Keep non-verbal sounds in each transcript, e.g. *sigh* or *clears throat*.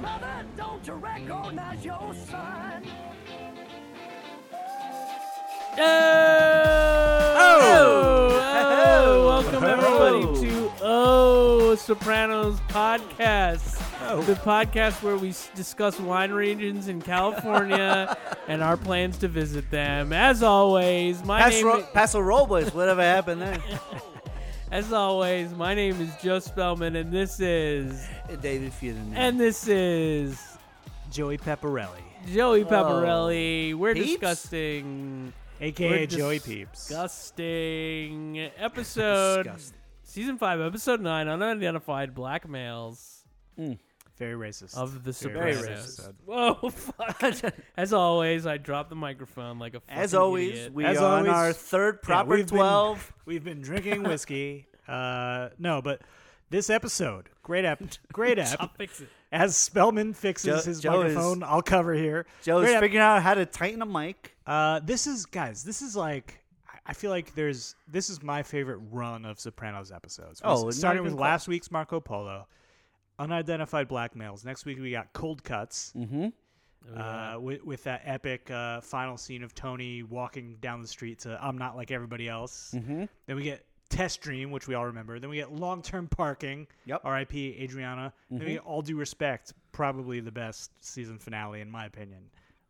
Mother, don't you recognize your son? Oh, welcome Oh. everybody to Oh Sopranos podcast, Oh. the podcast where we s- discuss wine regions in *laughs* California and our plans to visit them. As always, my Paso, name Ro- Paso Robles, whatever happened there. as always my name is Joe Spellman, and this is *laughs* David Feudon. and this is Joey Pepperelli, Oh. Joey Paparelli. We're Peeps? discussing aka We're Joey Peeps. disgusting episode Disgusting. season five, episode nine, unidentified black males. Very racist. of the Very Sopranos. racist. Whoa, *laughs* *laughs* fuck. As always, I dropped the microphone like a fucking As always, idiot. we As are always- on our third Yeah, proper we've been- 12. *laughs* we've been drinking whiskey. uh, no, but this episode, great app, *laughs* great I'll app. fix it. As Spellman fixes Joe- his Joe is- microphone, I'll cover here. Joe Great is app. figuring out how to tighten a mic. Uh, this is guys. This is like I- I feel like there's this is my favorite run of Sopranos episodes. Oh, not starting even with close. last week's Marco Polo, unidentified black males. Next week we got cold cuts. Mm-hmm. Uh, with, with that epic uh, final scene of Tony walking down the street to "I'm not like everybody else." Mm-hmm. Then we get test dream, which we all remember. Then we get long term parking. Yep. R.I.P. Adriana. Then we get all due respect, probably the best season finale in my opinion,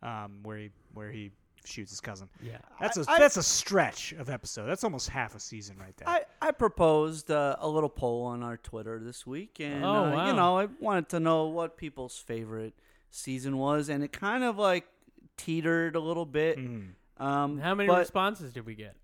um, where he where he shoots his cousin. Yeah. That's a I- I- that's a stretch of episode. That's almost half a season right there. I, I proposed uh, a little poll on our Twitter this week, and Oh, uh, wow. you know I wanted to know what people's favorite season was, and it kind of like teetered a little bit. Hmm. Um, How many but- responses did we get?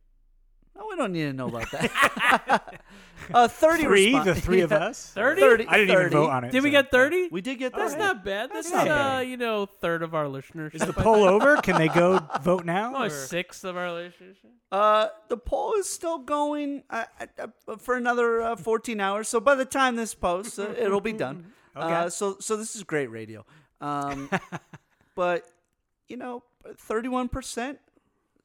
No, we don't need to know about *laughs* that. *laughs* uh, Thirty. three, respon- the three of *laughs* Yeah. us. 30? I didn't 30. even vote on it. Did we so- get 30? We did get that. That's not bad. That's, not uh, bad. you know, a third of our listenership. Is the poll over? Can they go vote now? Oh, a or- sixth of our listenership. Uh, the poll is still going uh, uh, for another uh, 14 hours. So by the time this posts, uh, it'll be *laughs* done. Uh, Okay. so so this is great radio. *laughs* Um, but you know, 31 percent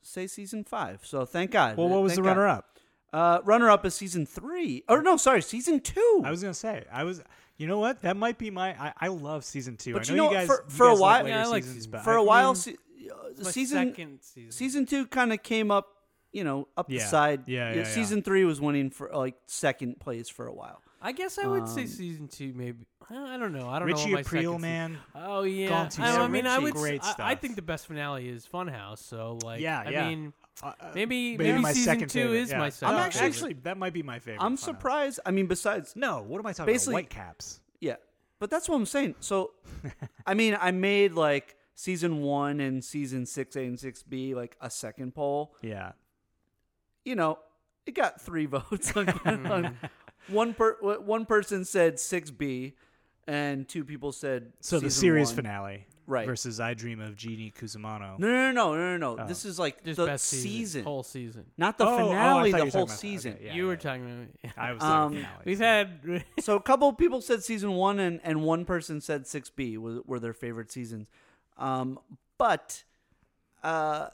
say season five. So thank God. Well, what was the Thank God. runner up? Uh, runner up is season three. Or no, sorry, season two. I was gonna say I was. You know what? That might be my. I, I love season two. But I you know, know, guys. for- you for a guys while- like Yeah, I later like seasons, season- but for a a while. se- uh, Oh, My season second season. season two kind of came up. You know, up the Yeah. side. Yeah, yeah, yeah. Season three was winning for like second place for a while. I guess I would say season two, maybe. Uh, I don't know. I don't know. Um, Richie what my second April, season- man. Oh yeah. Gone too I, I soon. mean, I Richie. would. s- Great I, I stuff. think the best finale is Funhouse. So like, Yeah, I yeah. mean, Uh, uh, maybe maybe my season second two favorite, is yeah. my I'm second. actually- favorite. Actually, that might be my favorite. I'm Funhouse. surprised. I mean, besides, No, what am I talking Basically- about? White caps. yeah, but that's what I'm saying. *laughs* So, I mean, I made like season one and season six A and six B like a second poll. Yeah. You know, it got three *laughs* votes. on, *laughs* on- one per one person said six B, and two people said So the season series one. finale, Right. Versus I Dream of Jeannie Cusimano. No, no, no, no, no, no. This is like Just the best season, whole season. not the Oh, oh, I finale. thought the you were talking whole about- okay, season. yeah, you were yeah. talking to me. I was talking Um, finale. *laughs* We've *laughs* had *laughs* So a couple of people said season one, and, and one person said six B were, were their favorite seasons. Um, but uh,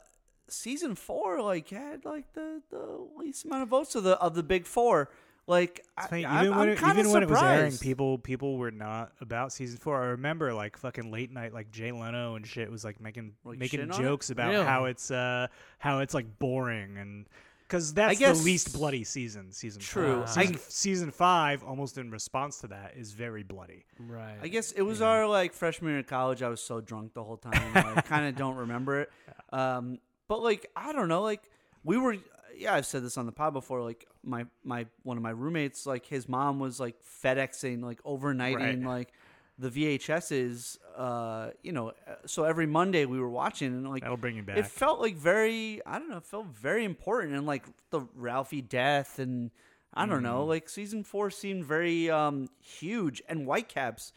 season four like had like the, the least amount of votes of the of the big four. Like It's I, funny, am even when, it, kind of even surprised. when it was airing, people people were not about season four. I remember like fucking late night, like Jay Leno and shit was like making Like, making shitting on it? jokes about Really? how it's uh how it's like boring and because that's guess- the least bloody season. Season True. Five. I- Season, season five, almost in response to that, is very bloody. right. I guess it was our like freshman year of college. I was so drunk the whole time. I kind of don't remember *laughs* it. Um, but like I don't know. Like we were. Yeah, I've said this on the pod before. Like my my one of my roommates, like his mom was like FedExing, like overnighting, Right. like the VHSs. Uh, you know, uh, so every Monday we were watching, and like That'll bring you It back. felt like very. I don't know. It felt very important, and like the Ralphie death, and I don't know. Mm. Like season four seemed very um huge, and Whitecaps.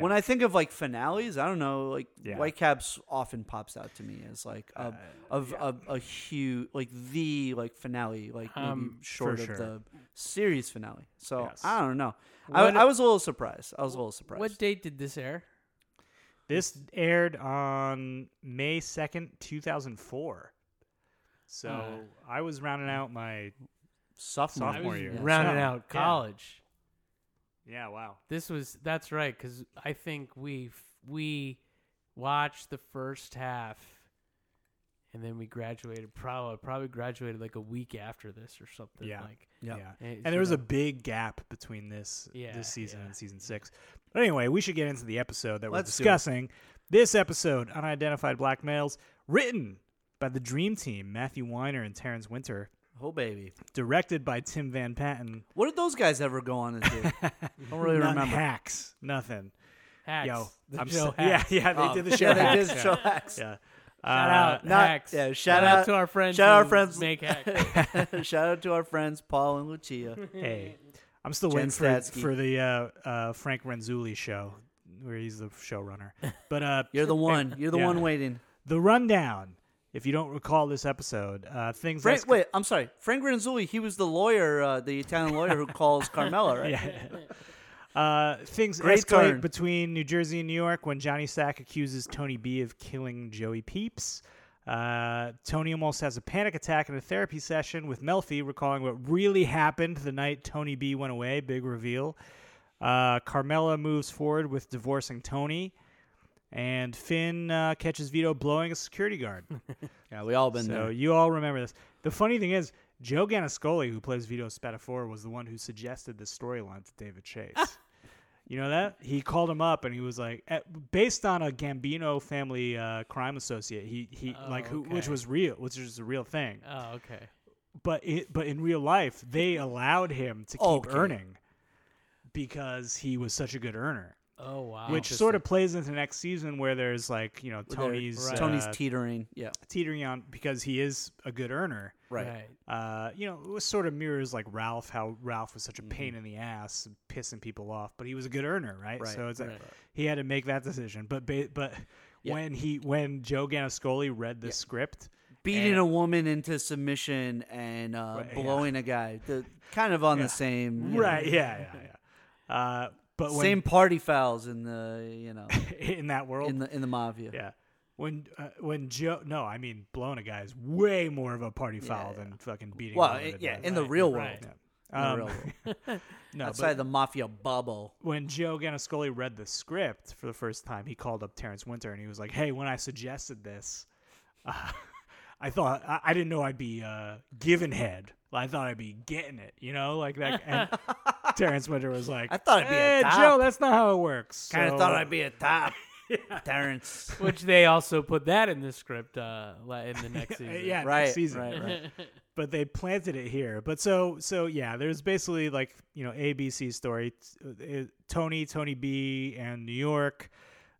When Yeah. I think of like finales, I don't know, like Yeah. Uh, Whitecaps often pops out to me as like a of a, a huge like the like finale, like maybe short Um, sure. of the series finale. So Yes. I don't know. I, What- I was a little surprised. I was a little surprised. What date did this air? This aired on May 2nd, 2004. So Uh. I was rounding Mm. out my. Sophomore, Sophomore year. year. Yeah. rounding Yeah. out college. Yeah, wow. This was that's right because I think we f- we watched the first half, and then we graduated. Probably probably graduated like a week after this or something. Yeah. Like Yeah. Yeah. It's, And there you was know. a big gap between this Yeah, this season yeah. and season six. But anyway, we should get into the episode that Let's do we're it. discussing. This episode, Unidentified Black Males, written by the Dream Team, Matthew Weiner and Terrence Winter, Oh baby, directed by Tim Van Patten. what did those guys ever go on and do? I don't really *laughs* None remember. hacks. Nothing. Hacks. *laughs* Yo, the I'm show so, yeah, Hacks. yeah, they Oh, *laughs* did the show. they hacks, did yeah. show hacks. Yeah. Shout Uh, out not- hacks. yeah, shout out- to our friends. shout out our who friends. Make *laughs* hacks. *laughs* Shout out to our friends Paul and Lucia. Hey, Mm-hmm. I'm still Jen waiting for, Statsky. for the uh, uh, Frank Renzulli show where he's the showrunner. *laughs* But uh, You're the one. You're the Yeah. one waiting. the rundown. If you don't recall this episode, uh, things Frank, that's- *laughs* wait, I'm sorry. Frank Granzulli, he was the lawyer, uh, the Italian lawyer who calls Carmela, right? uh, things Great escalate turn. between New Jersey and New York when Johnny Sack accuses Tony B of killing Joey Peeps. Uh, Tony almost has a panic attack in a therapy session with Melfi, recalling what really happened the night Tony B went away. Big reveal. Uh, Carmela moves forward with divorcing Tony, and Finn uh, catches Vito blowing a security guard. *laughs* Yeah, we all been So you all remember this. The funny thing is, Joe Ganascoli, who plays Vito Spadafora, was the one who suggested this storyline to David Ah. Chase. you know that? He called him up and he was like, at, based on a Gambino family uh, crime associate, he he Oh, like who, okay. which was real, which is a real thing. oh, okay. But it, but in real life, *laughs* they allowed him to keep Okay. earning because he was such a good earner. Oh wow. Which sort of plays into next season where there's like, you know, They're- Tony's Right. Tony's uh, teetering. Yeah, teetering on because he is a good earner right. uh, you know, it was sort of mirrors like Ralph, how Ralph was such a pain in the ass, and pissing people off, but he was a good earner, right? Mm-hmm. Right, so it's like right. he had to make that decision. But ba- but Yeah. when he when Joe Ganascoli read the script, Beating And- a woman into submission and uh, Right, yeah. blowing a guy. The, kind of on Yeah. the same. you know, right? Yeah, yeah, yeah. Uh, but when Same party fouls in the, you *laughs* know, in that world, in the in the mafia. yeah. When uh, when Joe, no, I mean blowing a guy is way more of a party foul than fucking beating. a Well, woman it- to yeah, death. in the Right, real world. right. Yeah. In the Um, real world. no, but- Outside the mafia bubble. when Joe Ganascoli read the script for the first time, he called up Terrence Winter and he was like, "Hey, when I suggested this, uh, *laughs* I thought I, I didn't know I'd be uh, giving head. I thought I'd be getting it, you know, like that." *laughs* And Terrence Winter was like, I thought I'd be a "Eh, top. Joe. That's not how it works. Kind of So- thought I'd be a *laughs* top. Terrence. Which they also put that in the script uh, la- in the *laughs* next Uh, season. yeah, next Right, season. right, right. but they planted it here. But so so yeah, there's basically like you know ABC story, T- uh, Tony Tony B and New York,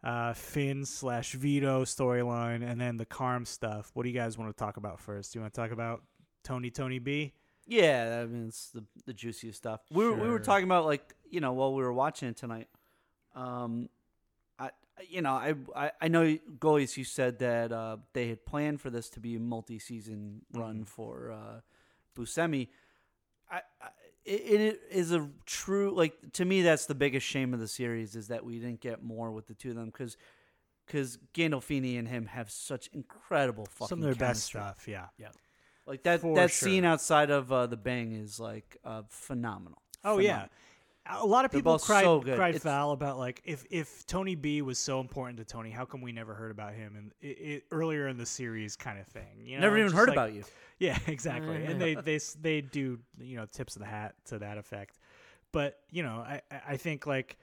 uh, Finn slash Vito storyline, and then the Carm stuff. What do you guys want to talk about first? Do you want to talk about Tony Tony B? Yeah, I mean it's the the juiciest stuff. We were, we were Sure. talking about like you know while we were watching it tonight. Um, I you know I I, I know goalies. You said that uh, they had planned for this to be a multi season Mm-hmm. run for uh, Buscemi. I, I it, it is a true like to me that's the biggest shame of the series is that we didn't get more with the two of them because because Gandolfini and him have such incredible fucking Some of their best chemistry. stuff. Yeah. Like that For that sure. scene outside of uh, the bang is like uh, phenomenal. Oh yeah. Phenomenal. A lot of They're people both cried, so good. cried It's- foul about like if if Tony B was so important to Tony, how come we never heard about him and it, it, earlier in the series kind of thing? You know, Never it's even just heard like- about you. Yeah, *laughs* exactly. and Uh. they they s- they do you know tips of the hat to that effect, but you know I I- I think like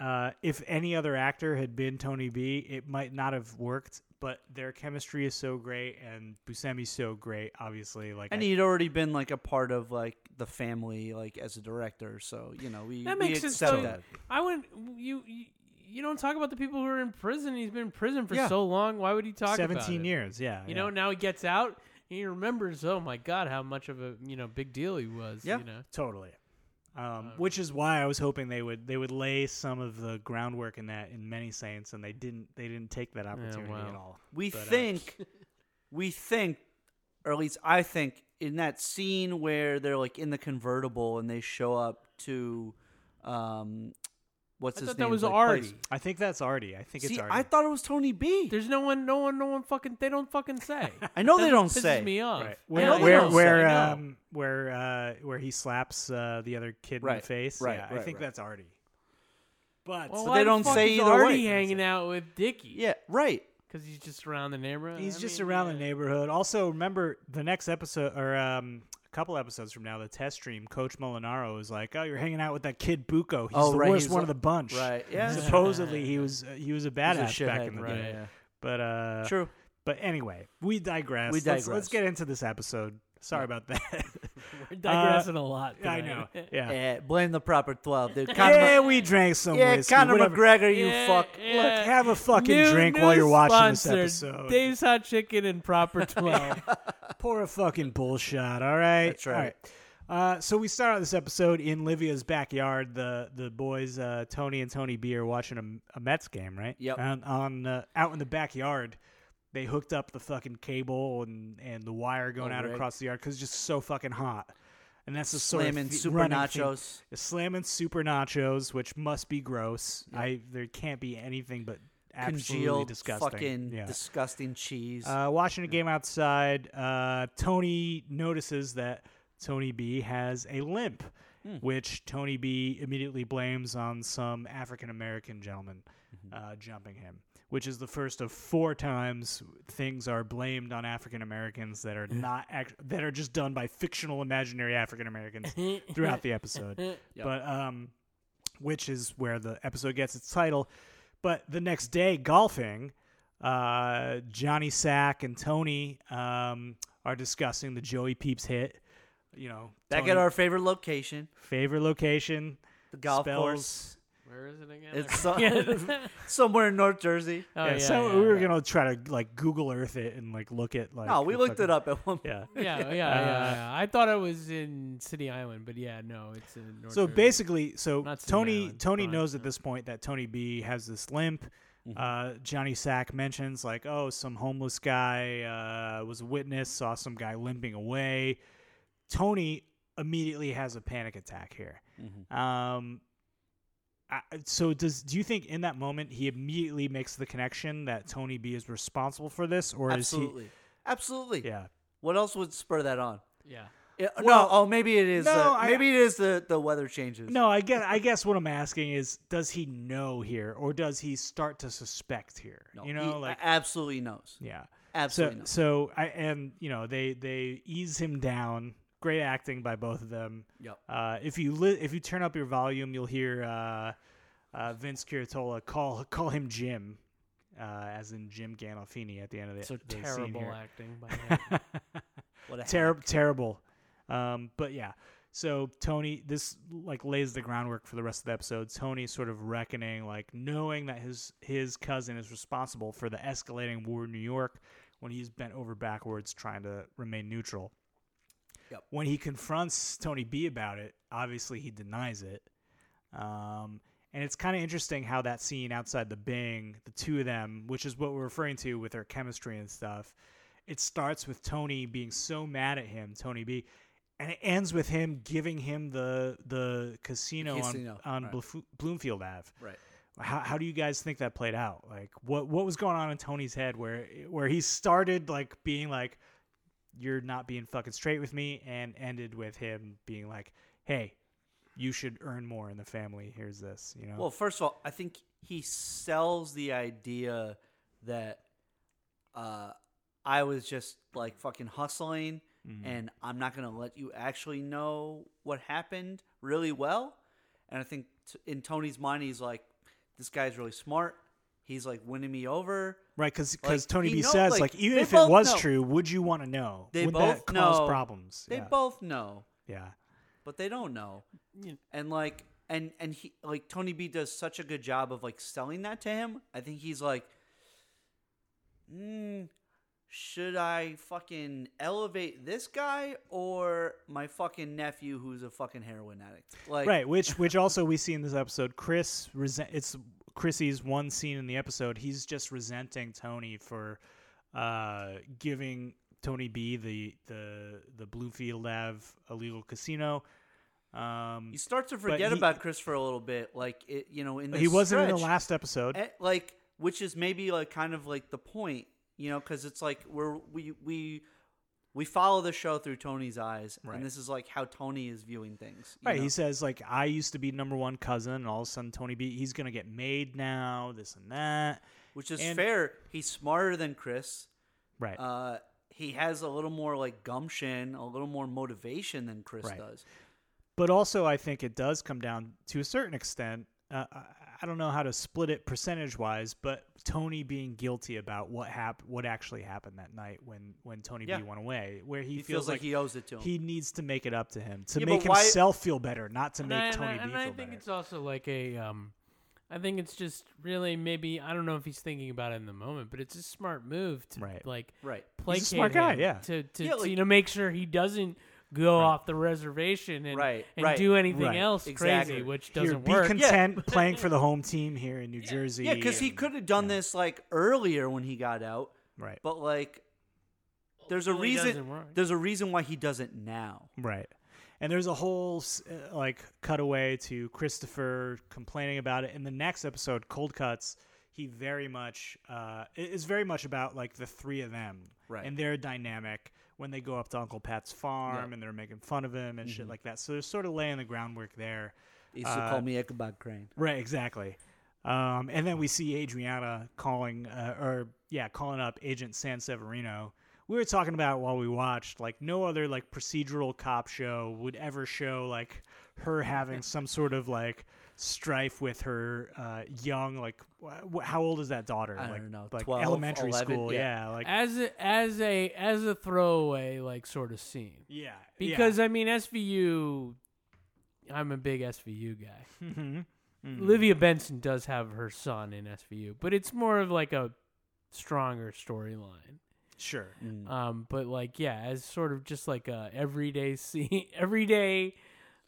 uh, if any other actor had been Tony B, it might not have worked. But their chemistry is so great, and Buscemi's so great. Obviously, like And I- he'd already been like a part of like the family, like as a director. So you know we That we makes sense. accept Though. that. I wouldn't. You, you you don't talk about the people who are in prison. He's been in prison for Yeah. so long. Why would he talk about seventeen it? years. Yeah, You know, now he gets out. and He remembers. Oh my God, how much of a you know big deal he was. Yeah. You know. Totally. Um, which is why I was hoping they would they would lay some of the groundwork in that in many saints, and they didn't they didn't take that opportunity wow. at all. We But, uh, think, we think, or at least I think, in that scene where they're like in the convertible and they show up to, um, what's I his thought name? that was like, Artie. plays. I think that's Artie. I think See, it's Artie. I thought it was Tony B. There's no one, no one, no one fucking. They don't fucking *laughs* say. I know That's they what don't pisses say. me off. Right. I know Where they where don't where say, no. um where uh where he slaps uh the other kid in Right, the face. right, yeah, I right, think right. that's Artie. But Well, So why they the don't fuck say is either Artie way. hanging out with Dickie. Yeah, right. because he's just around the neighborhood. he's I just mean, around yeah. the neighborhood. Also, remember the next episode or um a couple episodes from now, the test stream. Coach Molinaro is like, "Oh, you're hanging out with that kid Bucco. He's Oh, the right, worst he's one a- of the bunch. right, *laughs* yeah. Supposedly he was uh, he was He's a a badass back shithead, in the right, day. yeah. But uh, True. But anyway, we digress. We Let's- Let's, digress. get into this episode. Sorry about that. *laughs* *laughs* We're digressing a lot. I tonight. know. Uh, *laughs* Yeah. Yeah, Eh, blame the proper twelve. Dude. *laughs* Conor yeah, we drank some Mc- yeah, whiskey. Conor whatever. McGregor, you Yeah, fuck. yeah. Look, have a fucking New- drink while new you're watching sponsor, this episode. Dave's Hot Chicken and Proper *laughs* 12. Pour a fucking bullshot, all right? That's right. All Uh, so we start out this episode in Livia's backyard. The the boys, uh, Tony and Tony B, are watching a, a Mets game, right? Yep. And on uh, out in the backyard, they hooked up the fucking cable and, and the wire going Oh, out Rick. across the yard because it's just so fucking hot. And that's the sort Slamming of th- super running thing. nachos. slamming super nachos, which must be gross. I there can't be anything but absolutely Congealed, disgusting. fucking yeah. disgusting cheese. uh, watching a game outside, uh, Tony notices that Tony B has a limp, which Tony B immediately blames on some African American gentleman uh, jumping him. Which is the first of four times things are blamed on African Americans that are not act- that are just done by fictional imaginary African Americans throughout the episode. But um, which is where the episode gets its title. But the next day, golfing, uh, Johnny Sack and Tony um, are discussing the Joey Peeps hit. You know, Back Tony, at our favorite location, favorite location. the golf spells- course. Where is it again? I *laughs* It's so- forget. *laughs* somewhere in North Jersey. Oh, yeah, yeah, so yeah, we were yeah. gonna try to like Google Earth it and like look at like. No, we the looked fucking- it up at one. point. Yeah. Yeah, yeah, yeah, yeah. I thought it was in City Island, but yeah, no, it's in North So Jersey. basically, so Not City Tony Island, Tony Bronx, knows at this point that Tony B has this limp. Uh, Johnny Sack mentions like, oh, some homeless guy uh, was a witness, saw some guy limping away. Tony immediately has a panic attack here. Um, I, so does do you think in that moment he immediately makes the connection that Tony B is responsible for this, or absolutely, absolutely. is he? Yeah. What else would spur that on? yeah. Yeah, Well, no, oh maybe it is. no, uh, I- maybe it is the the weather changes. No, I guess I guess what I'm asking is, does he know here, or does he start to suspect here? No, you know, he like absolutely knows. yeah, Absolutely So, not. so I and you know they they ease him down. Great acting by both of them. Yep. Uh, if you li- if you turn up your volume, you'll hear uh, uh, Vince Curatola call call him Jim, uh, as in Jim Gandolfini at the end of the So the scene terrible here. acting *laughs* by him. What a hack. Terrible, terrible. Um, but yeah. So Tony, this like lays the groundwork for the rest of the episode. Tony sort of reckoning, like knowing that his his cousin is responsible for the escalating war in New York when he's bent over backwards trying to remain neutral. Yep. When he confronts Tony B about it, obviously he denies it. Um, and it's kind of interesting how that scene outside the Bing, the two of them, which is what we're referring to with their chemistry and stuff, it starts with Tony being so mad at him, Tony B, and it ends with him giving him the the casino, Casino, on, on right. Bluf- Bloomfield Ave. Right. How, how do you guys think that played out? Like, what what was going on in Tony's head where where he started like being like, "You're not being fucking straight with me," and ended with him being like, "Hey, you should earn more in the family. Here's this." You know. Well, first of all, I think he sells the idea that uh, I was just like fucking hustling, and I'm not gonna let you actually know what happened really well. And I think t- in Tony's mind, he's like, "This guy's really smart. He's like winning me over." Right, because Like, Tony he B know- says like, like even they if both it was know. true, would you want to know? They would both that cause know. problems? They yeah. both know. yeah, but they don't know. And like and and he like Tony B does such a good job of like selling that to him. I think he's like mm, should I fucking elevate this guy or my fucking nephew who's a fucking heroin addict? Like right. Which which also we see in this episode, Chris resent. It's Chrissy's one scene in the episode. He's just resenting Tony for uh, giving Tony B the the the Bluefield Ave illegal casino. Um, You start to But forget he- about Christopher a little bit, like it, you know, in this he wasn't in the stretch. last episode. Eh, like which is maybe like kind of like the point you know because it's like we're we we we follow the show through tony's eyes Right. and this is like how tony is viewing things you Right. know? He says like I used to be number one cousin, and all of a sudden Tony B. He's gonna get made now. This and that. which is and- fair he's smarter than chris Right. uh he has a little more like gumption a little more motivation than chris Right. does but also, I think it does come down to a certain extent. Uh, I, I don't know how to split it percentage wise, but Tony being guilty about what happened, what actually happened that night when when Tony Yeah. B. went away, where he, he, feels, like, he owes it to him He needs to make it up to him to Yeah, but make why- himself feel better, not to And make I- and Tony I, B. and feel I better. think it's also like a, um, I think it's just really maybe I don't know if he's thinking about it in the moment, but it's a smart move to Right. like right placate smart guy, him, yeah. to to, Yeah, to, like- you know make sure he doesn't go off the reservation and Right, and right, do anything right. else Exactly. crazy, which Here, doesn't be work. *laughs* content playing for the home team here in New Jersey. yeah because he and- could have done this like earlier when he got out Right. but like there's a Ultimately, it doesn't reason work. there's a reason why he does it now Right. And there's a whole s- uh, like cutaway to Christopher complaining about it in the next episode, Cold Cuts. He very much uh, it is very much about like the three of them Right. and their dynamic when they go up to Uncle Pat's farm and they're making fun of him and shit like that. So they're sort of laying the groundwork there. He used Uh, to call me Ichabod Crane. Right, exactly. Um, and then we see Adriana calling, uh, or yeah, calling up Agent San Severino. We were talking about while we watched, like no other like procedural cop show would ever show like *laughs* her having some sort of like strife with her uh, young like wh- wh- how old is that daughter? I like don't know, like 12, elementary 11, school, yeah. yeah, like as a, as a as a throwaway like sort of scene yeah, because I mean SVU I'm a big SVU guy. Mm-hmm. Mm-hmm. Olivia Benson does have her son in SVU, but it's more of like a stronger storyline. sure, Um but like yeah, as sort of just like a everyday *laughs* scene, everyday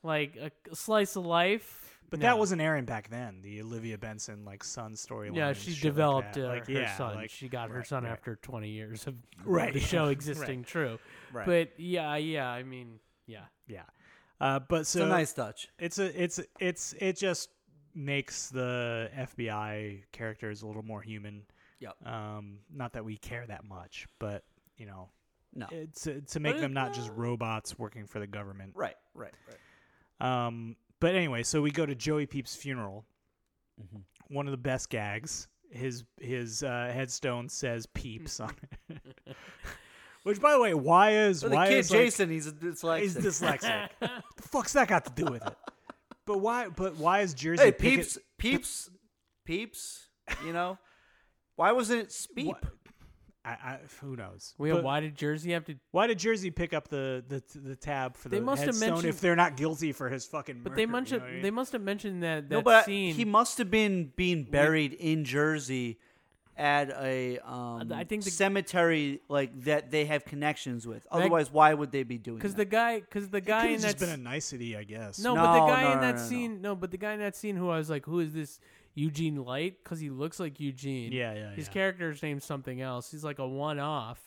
like a slice of life. But no. that wasn't Aaron back then. The Olivia Benson like son storyline. yeah, and she shit like developed that. uh, Like, her yeah, son. like- she got her right, son right. after 20 years of *laughs* Right, the yeah, show right. existing. True, Right. but yeah, yeah. I mean, yeah. Yeah, uh, but so It's a nice touch. It's a it's it's it just makes the FBI characters a little more human. Yep. Um, not that we care that much, but you know, No. it's to make it- them not just robots working for the government. Right. Right. Right. Um, but anyway, so we go to Joey Peep's funeral. Mhm. One of the best gags. His his uh, *laughs* headstone says Peeps on it. *laughs* Which, by the way, why is So the why kid is like, Jason, he's dyslexic. *laughs* he's dyslexic? the fuck's that got to *laughs* do with it? But why? But why is Jersey hey, Pickett- peeps, peeps, peeps. You know, why wasn't it speep? What? I, I, who knows? Well, But why did Jersey have to? why did Jersey pick up the the, the tab for They the must have headstone mentioned- if they're not guilty for his fucking? But they murder, must you have. know what I mean? They must have mentioned that that No, but scene. he must have been being buried in Jersey at a um, I think the- cemetery like that they have connections with. Otherwise, why would they be doing? because that? the guy, because the guy Could've in just that been a s- nicety, I guess. no, but the No, guy no, in no, that no, no. scene, no. but the guy in that scene who I was like, who is this Eugene Light? Because he looks like Eugene. Yeah, yeah, His yeah. character's named something else. He's like a one-off.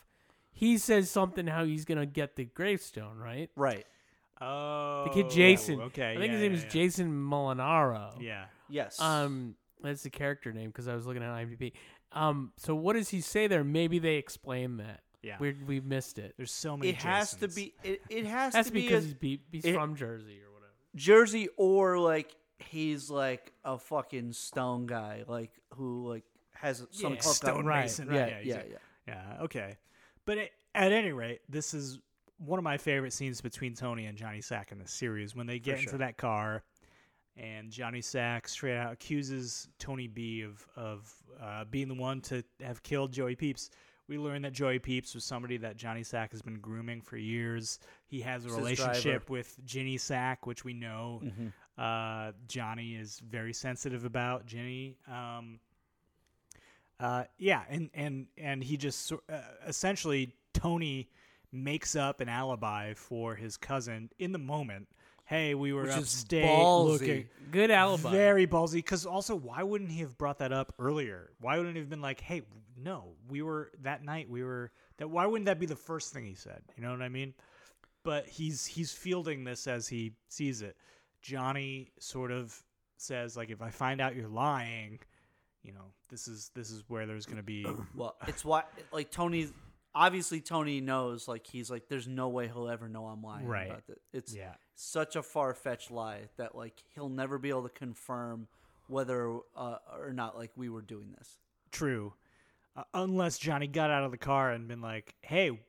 He says something how he's gonna get the gravestone, right? right. Oh, The kid Jason. Okay, I think yeah, his name yeah, is yeah. Jason Molinaro. Yeah, Yes. Um, that's the character name because I was looking at IMDb. Um, so what does he say there? Maybe they explain that. Yeah. we we missed it. there's so many. it has to Jasons. be. It, it has That's to be because a he's, be- he's it- from Jersey or whatever. Jersey or like he's like a fucking stone guy, like who like has some Yeah, hookup. stone Right, mason. yeah, yeah, yeah, exactly. Yeah, okay. But it, at any rate, this is one of my favorite scenes between Tony and Johnny Sack in the series when they get into that car and Johnny Sack straight out accuses Tony B of of uh, being the one to have killed Joey Peeps. We learn that Joey Peeps was somebody that Johnny Sack has been grooming for years. He has a his relationship driver. Mm-hmm. with Ginny Sack, which we know uh, Johnny is very sensitive about. Ginny, um, uh, yeah, and and and he just sor- uh, essentially Tony makes up an alibi for his cousin in the moment. Hey, we were Which is upstate ballsy. looking. Good alibi. Very ballsy. Because also, why wouldn't he have brought that up earlier? Why wouldn't he have been like, "Hey, no, we were that night. We were that." Why wouldn't that be the first thing he said? You know what I mean? but he's he's fielding this as he sees it. Johnny sort of says like, if I find out you're lying, you know, this is this is where there's gonna be *laughs* Well, it's why like Tony. Obviously, Tony knows. Like he's like, there's no way he'll ever know I'm lying. Right. About it. It's Yeah. such a far fetched lie that like he'll never be able to confirm whether uh, or not like we were doing this. true, uh, unless Johnny got out of the car and been like, hey.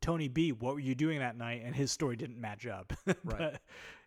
Tony B, what were you doing that night? And his story didn't match up. *laughs* right. But,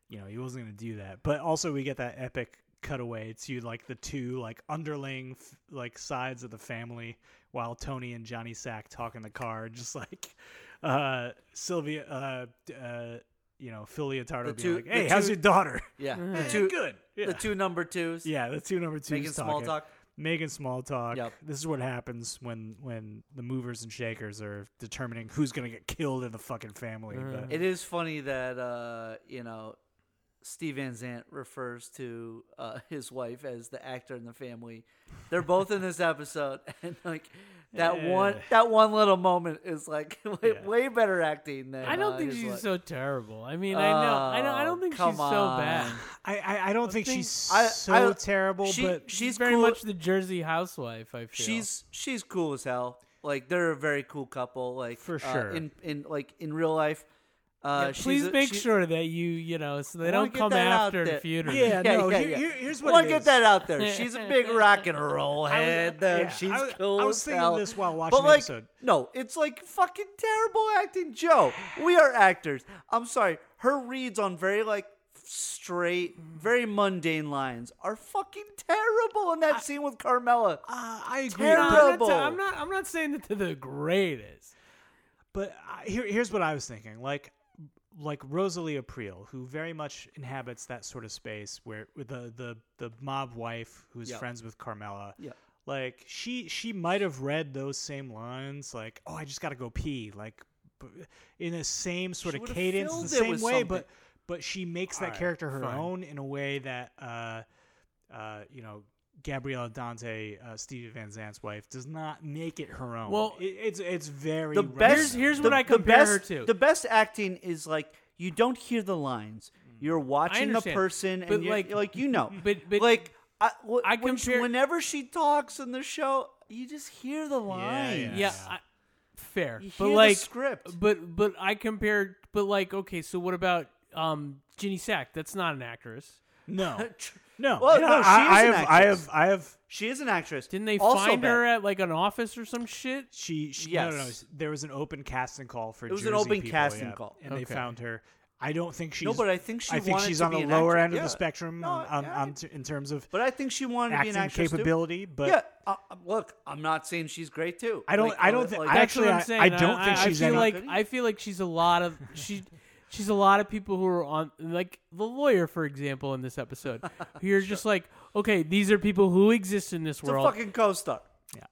you know, he wasn't going to do that. But also, we get that epic cutaway to like the two like underling f- like sides of the family, while Tony and Johnny Sack talk in the car, *laughs* just like uh Sylvia, uh, d- uh you know, Phil Leotardo The being two- like, the "Hey, how's two- your daughter? *laughs* Yeah. The Eh, two, good. Yeah. the two number twos. yeah, the two number two Making small talk. making small talk. Yep. This is what happens when when the movers and shakers are determining who's gonna get killed in the fucking family. But Mm. It is funny that uh, you know Steve Van Zant refers to uh, his wife as the actor in the family. They're both in this episode, *laughs* and like that one that one little moment is like *laughs* way, Yeah. way better acting than I don't uh, think his she's wife. so terrible. I mean, I know, I don't, I don't Oh, think she's come so bad. *sighs* on. I I, I don't think think- she's I- so I- terrible. She- but She's she's very cool. much the Jersey housewife. I feel she's she's cool as hell. Like they're a very cool couple. Like For uh, sure. in in like in real life. Uh, she's Please a- make she- sure that you, you know, so they I wanna don't get come that out after the there. funeral. yeah, *laughs* Yeah, no. yeah, here- yeah. here- here's what Well, it get is. that out there. She's *laughs* a big rock and roll head. though. yeah, She's I was- cool. I was as thinking hell. this while watching but the like, episode. No, it's like fucking terrible acting, Joe. We are actors. I'm sorry. Her reads on very like straight, very mundane lines are fucking terrible in that scene with Carmela. Uh, I agree. No, I'm, not terrible. ta- I'm not. I'm not saying that they're the greatest. But I, here, here's what I was thinking. Like, like Rosalie April, who very much inhabits that sort of space where with the the the mob wife who's Yeah. friends with Carmela. Yeah. Like she she might have read those same lines. Like, oh, I just gotta go pee. Like, b- in the same sort She of would've cadence, the filled it same way, with but something. but she makes that right, character her fine. own in a way that uh, uh, you know. Gabriella Dante, uh, Stevie Van Zandt's wife, does not make it her own. Well, it, it's it's very the rough. best. Here's- here's the- what I the compare best- her to. The best acting is like you don't hear the lines. You're watching the understand. person, But, and you like- like, like you know, but- but- like I, w- I when she- compare- whenever she talks in the show, you just hear the lines. Yeah, Yeah. I, fair. You but hear the like script. But but I compared. But like, okay, so what about um Ginny Sack? That's not an actress. *laughs* No, Tr- no. Well, Yeah, no, she I, is an I have, I actress. have, I have. She is an actress. Didn't they Also find bad. her at like an office or some shit? She, she no, no, no. Yes. There was an open casting call for. It was an open casting call. and they Okay. found her. I don't think she's. No, but I think she I think wanted she's to on be the an lower actress. end of Yeah. the spectrum No, on, on, yeah. on t- in terms of But I think she wanted to be an acting actress too. capability. But yeah, uh, uh, look, I'm not saying she's great too. I don't- Like, I don't uh, thi- like- I That's what Actually, I'm I- saying. I don't think I, she's I feel any- like I feel like she's a lot of she. She's a lot of people who are on, like the lawyer, for example, in this *laughs* episode. Who are just like, okay, these are people who exist in this it's a world. fucking co-star.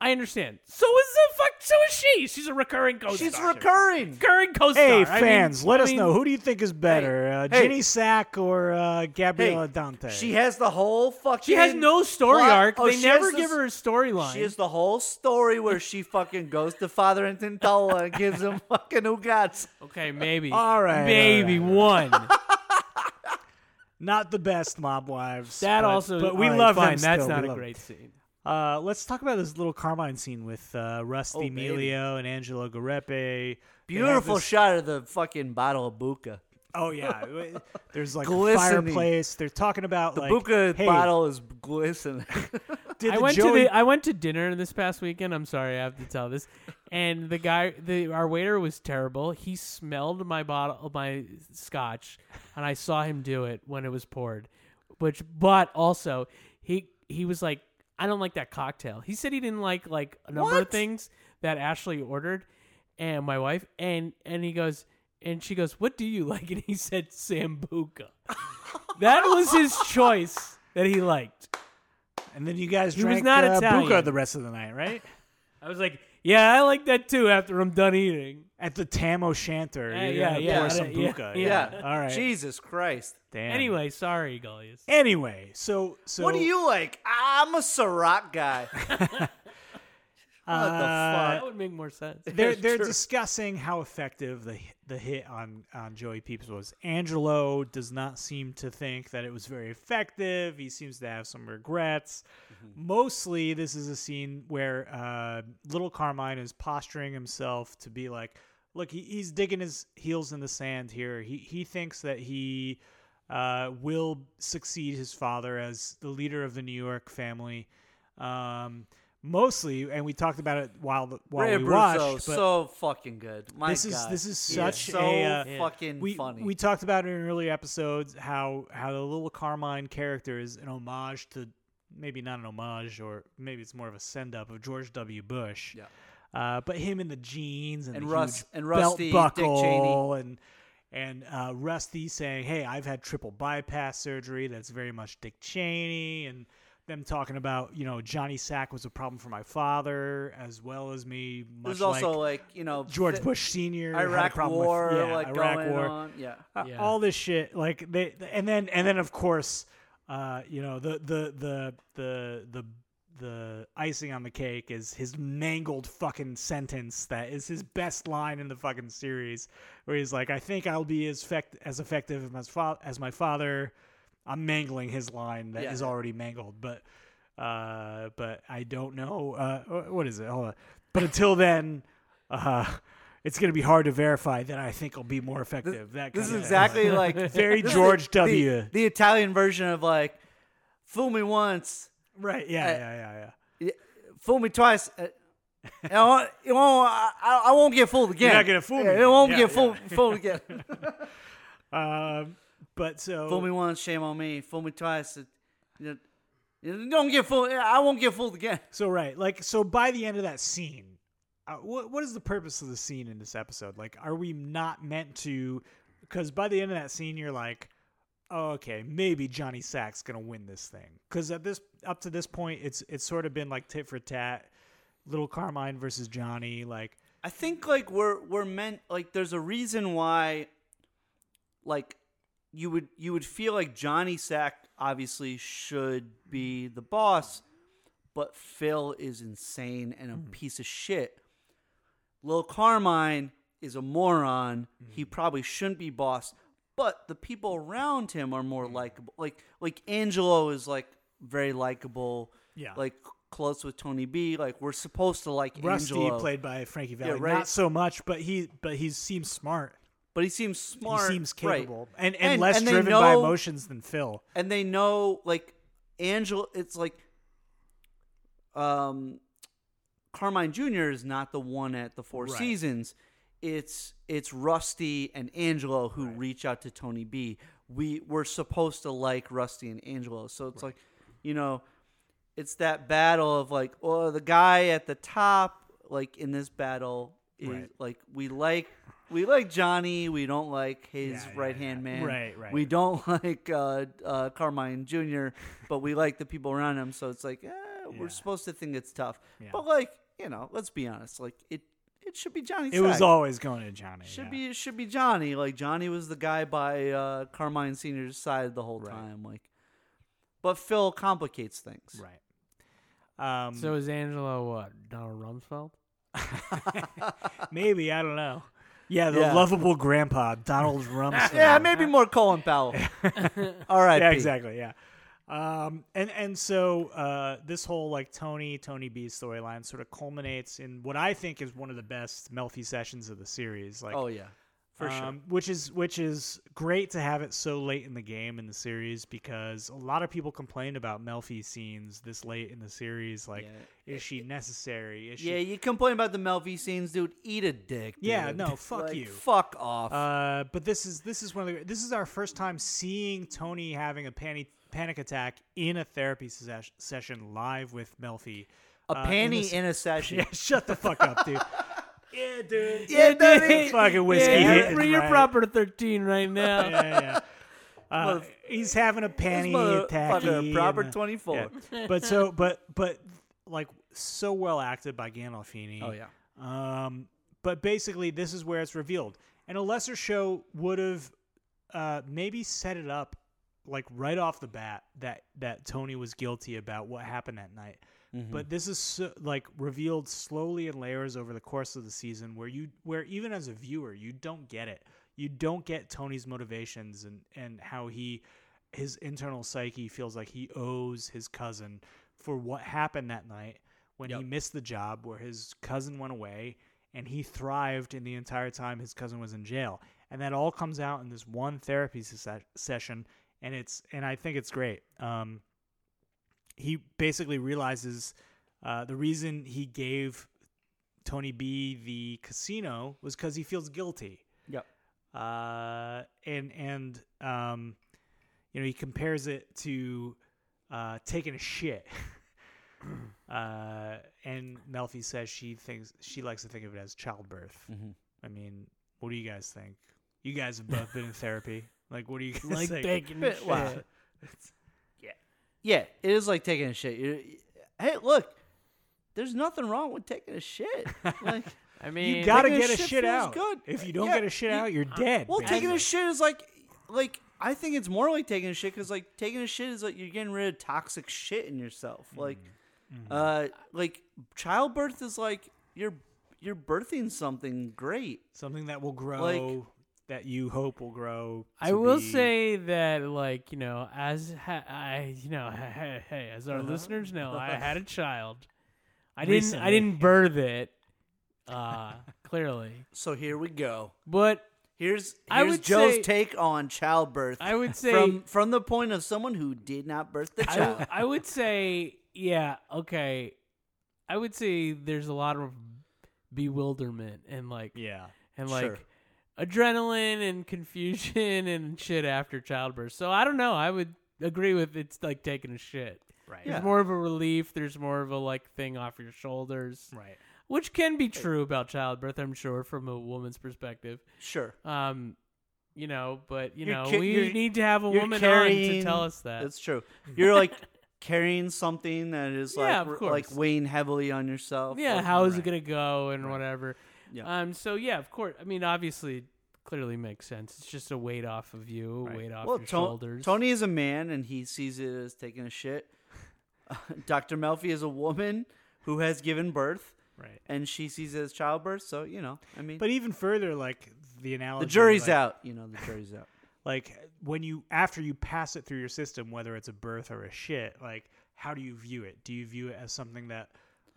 I understand. So is the fuck. So is she. She's a recurring co-star. She's recurring. recurring co-star. Hey I mean- fans, let I us mean, know who do you think is better, uh, hey. Ginny Sack or uh, Hey, Gabriela Dante? She has the whole fucking. She has no story plot. arc. Oh, they she never has give this- her a storyline. She has the whole story where she fucking goes to Father Intentola and gives him *laughs* fucking ugats. Okay, maybe. All right, all Maybe right, *laughs* one. not the best mob wives. That but- also. but we all right, love fine, them. That's still. We not a love them. great scene. Uh, let's talk about this little Carmine scene with uh, Oh, Rusty baby. Melio and Angelo Garepe. They have Beautiful this- shot of the fucking bottle of buca. *laughs* Oh yeah, there's like a Glistening. fireplace. They're talking about The like buca hey, bottle is *laughs* glistening. Did I the went Joey- to the I went to dinner this past weekend. I'm sorry, I have to tell this. And the guy, the our waiter was terrible. He smelled my bottle, my scotch, and I saw him do it when it was poured. Which, but also, he he was like, I don't like that cocktail. He said he didn't like like a number of What? things that Ashley ordered, and my wife, and and he goes. And she goes, "What do you *laughs* like?" And he said, "Sambuca." that was his choice that he liked. *laughs* and then you guys He was drank not uh, Italian. Buca the rest of the night, right? I was like, yeah, I like that too after I'm done eating. At the Tam O'Shanter, Yeah, you're Uh, yeah, gonna yeah, pour yeah, some yeah, Buca. yeah. all right. Jesus Christ. Damn. Anyway, sorry, Gullius. anyway, so so what do *laughs* you like? I'm a Ciroc guy. what the Uh, fuck? Uh, That would make more sense. *laughs* they're That's they're true. discussing how effective the the hit on on Joey Peeps was. Angelo does not seem to think that it was very effective. He seems to have some regrets. Mostly, this is a scene where uh, little Carmine is posturing himself to be like, look, he, he's digging his heels in the sand here. He he thinks that he uh, will succeed his father as the leader of the New York family. Um, mostly, and we talked about it while the, while Ray we watched. Abruzzo, but so fucking good. My This is- God. this is He such so a, uh, fucking we funny. we talked about it in earlier episodes how how the little Carmine character is an homage to maybe not an homage or maybe it's more of a send up of George W. Bush. Yeah. Uh, but him in the jeans and, And the Rus- huge and Rusty, belt Dick Cheney. buckle and and uh, Rusty saying, "Hey, I've had triple bypass surgery. That's very much Dick Cheney." And them talking about you know Johnny Sack was a problem for my father as well as me. Much There's also like like, you know George th- Bush Senior, had a Iraq problem with- War, yeah, like Iraq going War, on. *laughs* Yeah. Uh, Yeah. all this shit. Like they, and then and then of course, uh, you know the the the the the the icing on the cake is his mangled fucking sentence that is his best line in the fucking series, where he's like, "I think I'll be as effect- as effective as, fa- as my father." I'm mangling his line that is Yeah. already mangled, but uh, but I don't know. Uh, wh- what is it? Hold on. But until then, uh, it's going to be hard to verify that I think will be more effective. that This is kinda thing. exactly *laughs* like very this is George the- W. The, the Italian version of like fool me once, *laughs* right? Yeah, yeah, yeah, yeah. fool me twice. uh, and I won't, it won't, I, I won't get fooled again. not gonna fool me. It won't Yeah, get yeah. fooled, fooled *laughs* again. Um, but so fool me once, shame on me. Fool me twice. It, you know, you don't get fooled. I won't get fooled again. so right, like so by the end of that scene, uh, what what is the purpose of the scene in this episode? Like, are we not meant to? Because by the end of that scene, you're like, oh, okay, maybe Johnny Sack's gonna win this thing. Because at this up to this point, it's it's sort of been like tit for tat, little Carmine versus Johnny, like. I think like we're we're meant like there's a reason why like you would you would feel like Johnny Sack obviously should be the boss, but Phil is insane and a Mm-hmm. piece of shit. Lil Carmine is a moron. Mm-hmm. He probably shouldn't be boss, but the people around him are Mm-hmm. more likable. Like like Angelo is like very likable. Yeah. Like close with Tony B. Like we're supposed to like Rusty, Angelo. played by Frankie Valli, right. not so much, but he but he seems smart. but he seems smart. he seems right. capable and, and, less they driven by know- emotions than Phil. And they know like Angela. It's like, um, Carmine Jr. is not the one at the Four Right. Seasons. It's it's Rusty and Angelo who reach out to Tony B. We we're supposed to like Rusty and Angelo, so it's like, you know, it's that battle of like, oh, the guy at the top, like in this battle, is Right. like we like we like Johnny, we don't like his Yeah, yeah, right hand yeah. man. Right, right. We don't *laughs* like uh, uh, Carmine Jr., but we like the people around him. So it's like eh, Yeah. we're supposed to think it's tough, Yeah. but like you know, let's be honest. Like it, it should be Johnny. It was Sack. always going to Johnny. should yeah. be it should be Johnny. Like Johnny was the guy by uh, Carmine Senior's side the whole time. Like, but Phil complicates things. right. *laughs* Um, So is Angelo what Donald *laughs* Rumsfeld? maybe I don't know. Yeah, the Yeah. lovable grandpa *laughs* Donald Rumsfeld. Yeah, maybe more Colin *laughs* Powell. All right. yeah, exactly. Yeah. Um, and and so uh, this whole like Tony Tony B storyline sort of culminates in what I think is one of the best Melfi sessions of the series. Like, Oh yeah, for sure. Um, Which is which is great to have it so late in the game in the series because a lot of people complained about Melfi scenes this late in the series. Like, is she necessary? Is Yeah, she? you complain about the Melvi scenes, dude. Eat a dick. Yeah, dude. *laughs* no, fuck Like, you. Fuck off. Uh, but this is this is one of the this is our first time seeing Tony having a panic panic attack in a therapy ses- session live with Melfi. *laughs* a uh, in panty this- in a session. *laughs* *laughs* Yeah, shut the fuck up, dude. yeah, dude. Yeah, dude. fucking whiskey. yeah, hitting, you're, you're right? proper to thirteen *laughs* right now. Yeah, yeah. yeah. Uh, he's having a This panty attack. motherfucker, proper and- uh, twenty four. yeah. But so, but but like so well acted by Gandolfini. Oh yeah. Um, but basically, this is where it's revealed. And a lesser show would have uh, maybe set it up like right off the bat that that Tony was guilty about what happened that night. But this is so, like revealed slowly in layers over the course of the season, where you where even as a viewer you don't get it. You don't get Tony's motivations and and how he his internal psyche feels like he owes his cousin for what happened that night when he missed the job where his cousin went away and he thrived in the entire time his cousin was in jail and that all comes out in this one therapy se- session and it's and i think it's great um he basically realizes uh, the reason he gave Tony B the casino was because he feels guilty. Yep. Uh, and and um, you know he compares it to uh, taking *clears throat* a shit. uh, and Melfi says she thinks she likes to think of it as childbirth. Mm-hmm. I mean, what do you guys think? You guys have both been in therapy. Like, what do you guys Like think? taking a shit. Yeah, it is like taking a shit. You- hey, look, there's nothing wrong with taking a shit. Like, I mean, you gotta taking a get a shit shit, feels out. good. If you don't Yeah, get a shit you- out, you're dead. well, man. taking a shit is like, like I think it's more like taking a shit because like taking a shit is like you're getting rid of toxic shit in yourself. Like, uh, like childbirth is like you're you're birthing something great. something that will grow, that you hope will grow. I to will be- say that, like you know, as ha- I, you know, *laughs* hey, hey, as our listeners know, I had a child. I didn't. I Recently. didn't birth it. Uh, *laughs* clearly, So here we go. but Here's here's I would Joe's say- take on childbirth. I would say from from the point of someone who did not birth the *laughs* I, child. w- I would say, yeah, okay. I would say there's a lot of bewilderment and like yeah, and like sure. adrenaline and confusion and shit after childbirth. So I don't know. I would agree with it's like taking a shit. right, There's Yeah. more of a relief. There's more of a like thing off your shoulders, right. which can be true about childbirth. I'm sure from a woman's perspective. *laughs* sure. Um, you know, but you You're know, ca- we you're- need to have a you're woman on to carrying- tell us that. That's true. You're like carrying something that is like Yeah, of re- course. like weighing heavily on yourself. yeah Like, how is it right. gonna go and whatever Yeah. um so yeah of course i mean obviously clearly makes sense it's just a weight off of you a weight off well, your To- shoulders Tony is a man and he sees it as taking a shit. *laughs* Dr. Melfi is a woman who has given birth Right. and she sees it as childbirth. So you know, I mean, But even further, like the the analogy, jury's like, out. You know, the jury's out. Like when you after you pass it through your system, whether it's a birth or a shit, like how do you view it? Do you view it as something that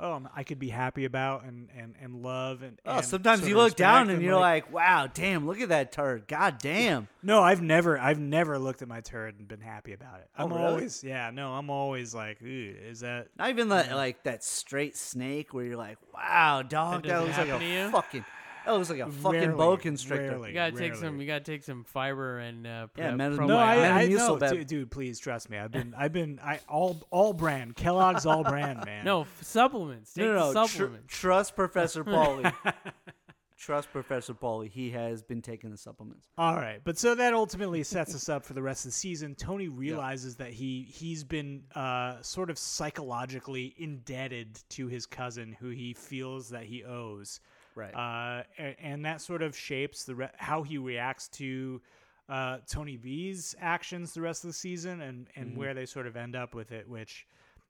oh I'm- I could be happy about and and and love and Oh, and sometimes sort you of look down respect and you're like, "Wow, damn! Look at that turd! God damn!" No, I've never, I've never looked at my turd and been happy about it. I'm Oh, really? always, yeah, no, I'm always like, "Ooh, is that? Not even that like that straight snake where you're like, "Wow, dog, That that, doesn't looks like happen to a you? fucking that looks like a fucking Rarely, boa constrictor." rarely. you gotta take rarely. some you gotta take some fiber and uh Yeah, pro- meta- probiotics. No, I, I Metamucil, no, babe. dude, dude, please trust me. I've been, I've been, I all, all brand Kellogg's, all *laughs* brand, man. no f- supplements take No, no, the no. Tr- supplements trust Professor Pauly. *laughs* trust Professor Pauly. He has been taking the supplements. All right, but so *laughs* that ultimately sets us up for the rest of the season. Tony realizes that he he's been uh, sort of psychologically indebted to his cousin, who he feels that he owes. Right. uh, and, and that sort of shapes the re- how he reacts to uh, Tony B's actions the rest of the season, and and Mm-hmm. where they sort of end up with it, which.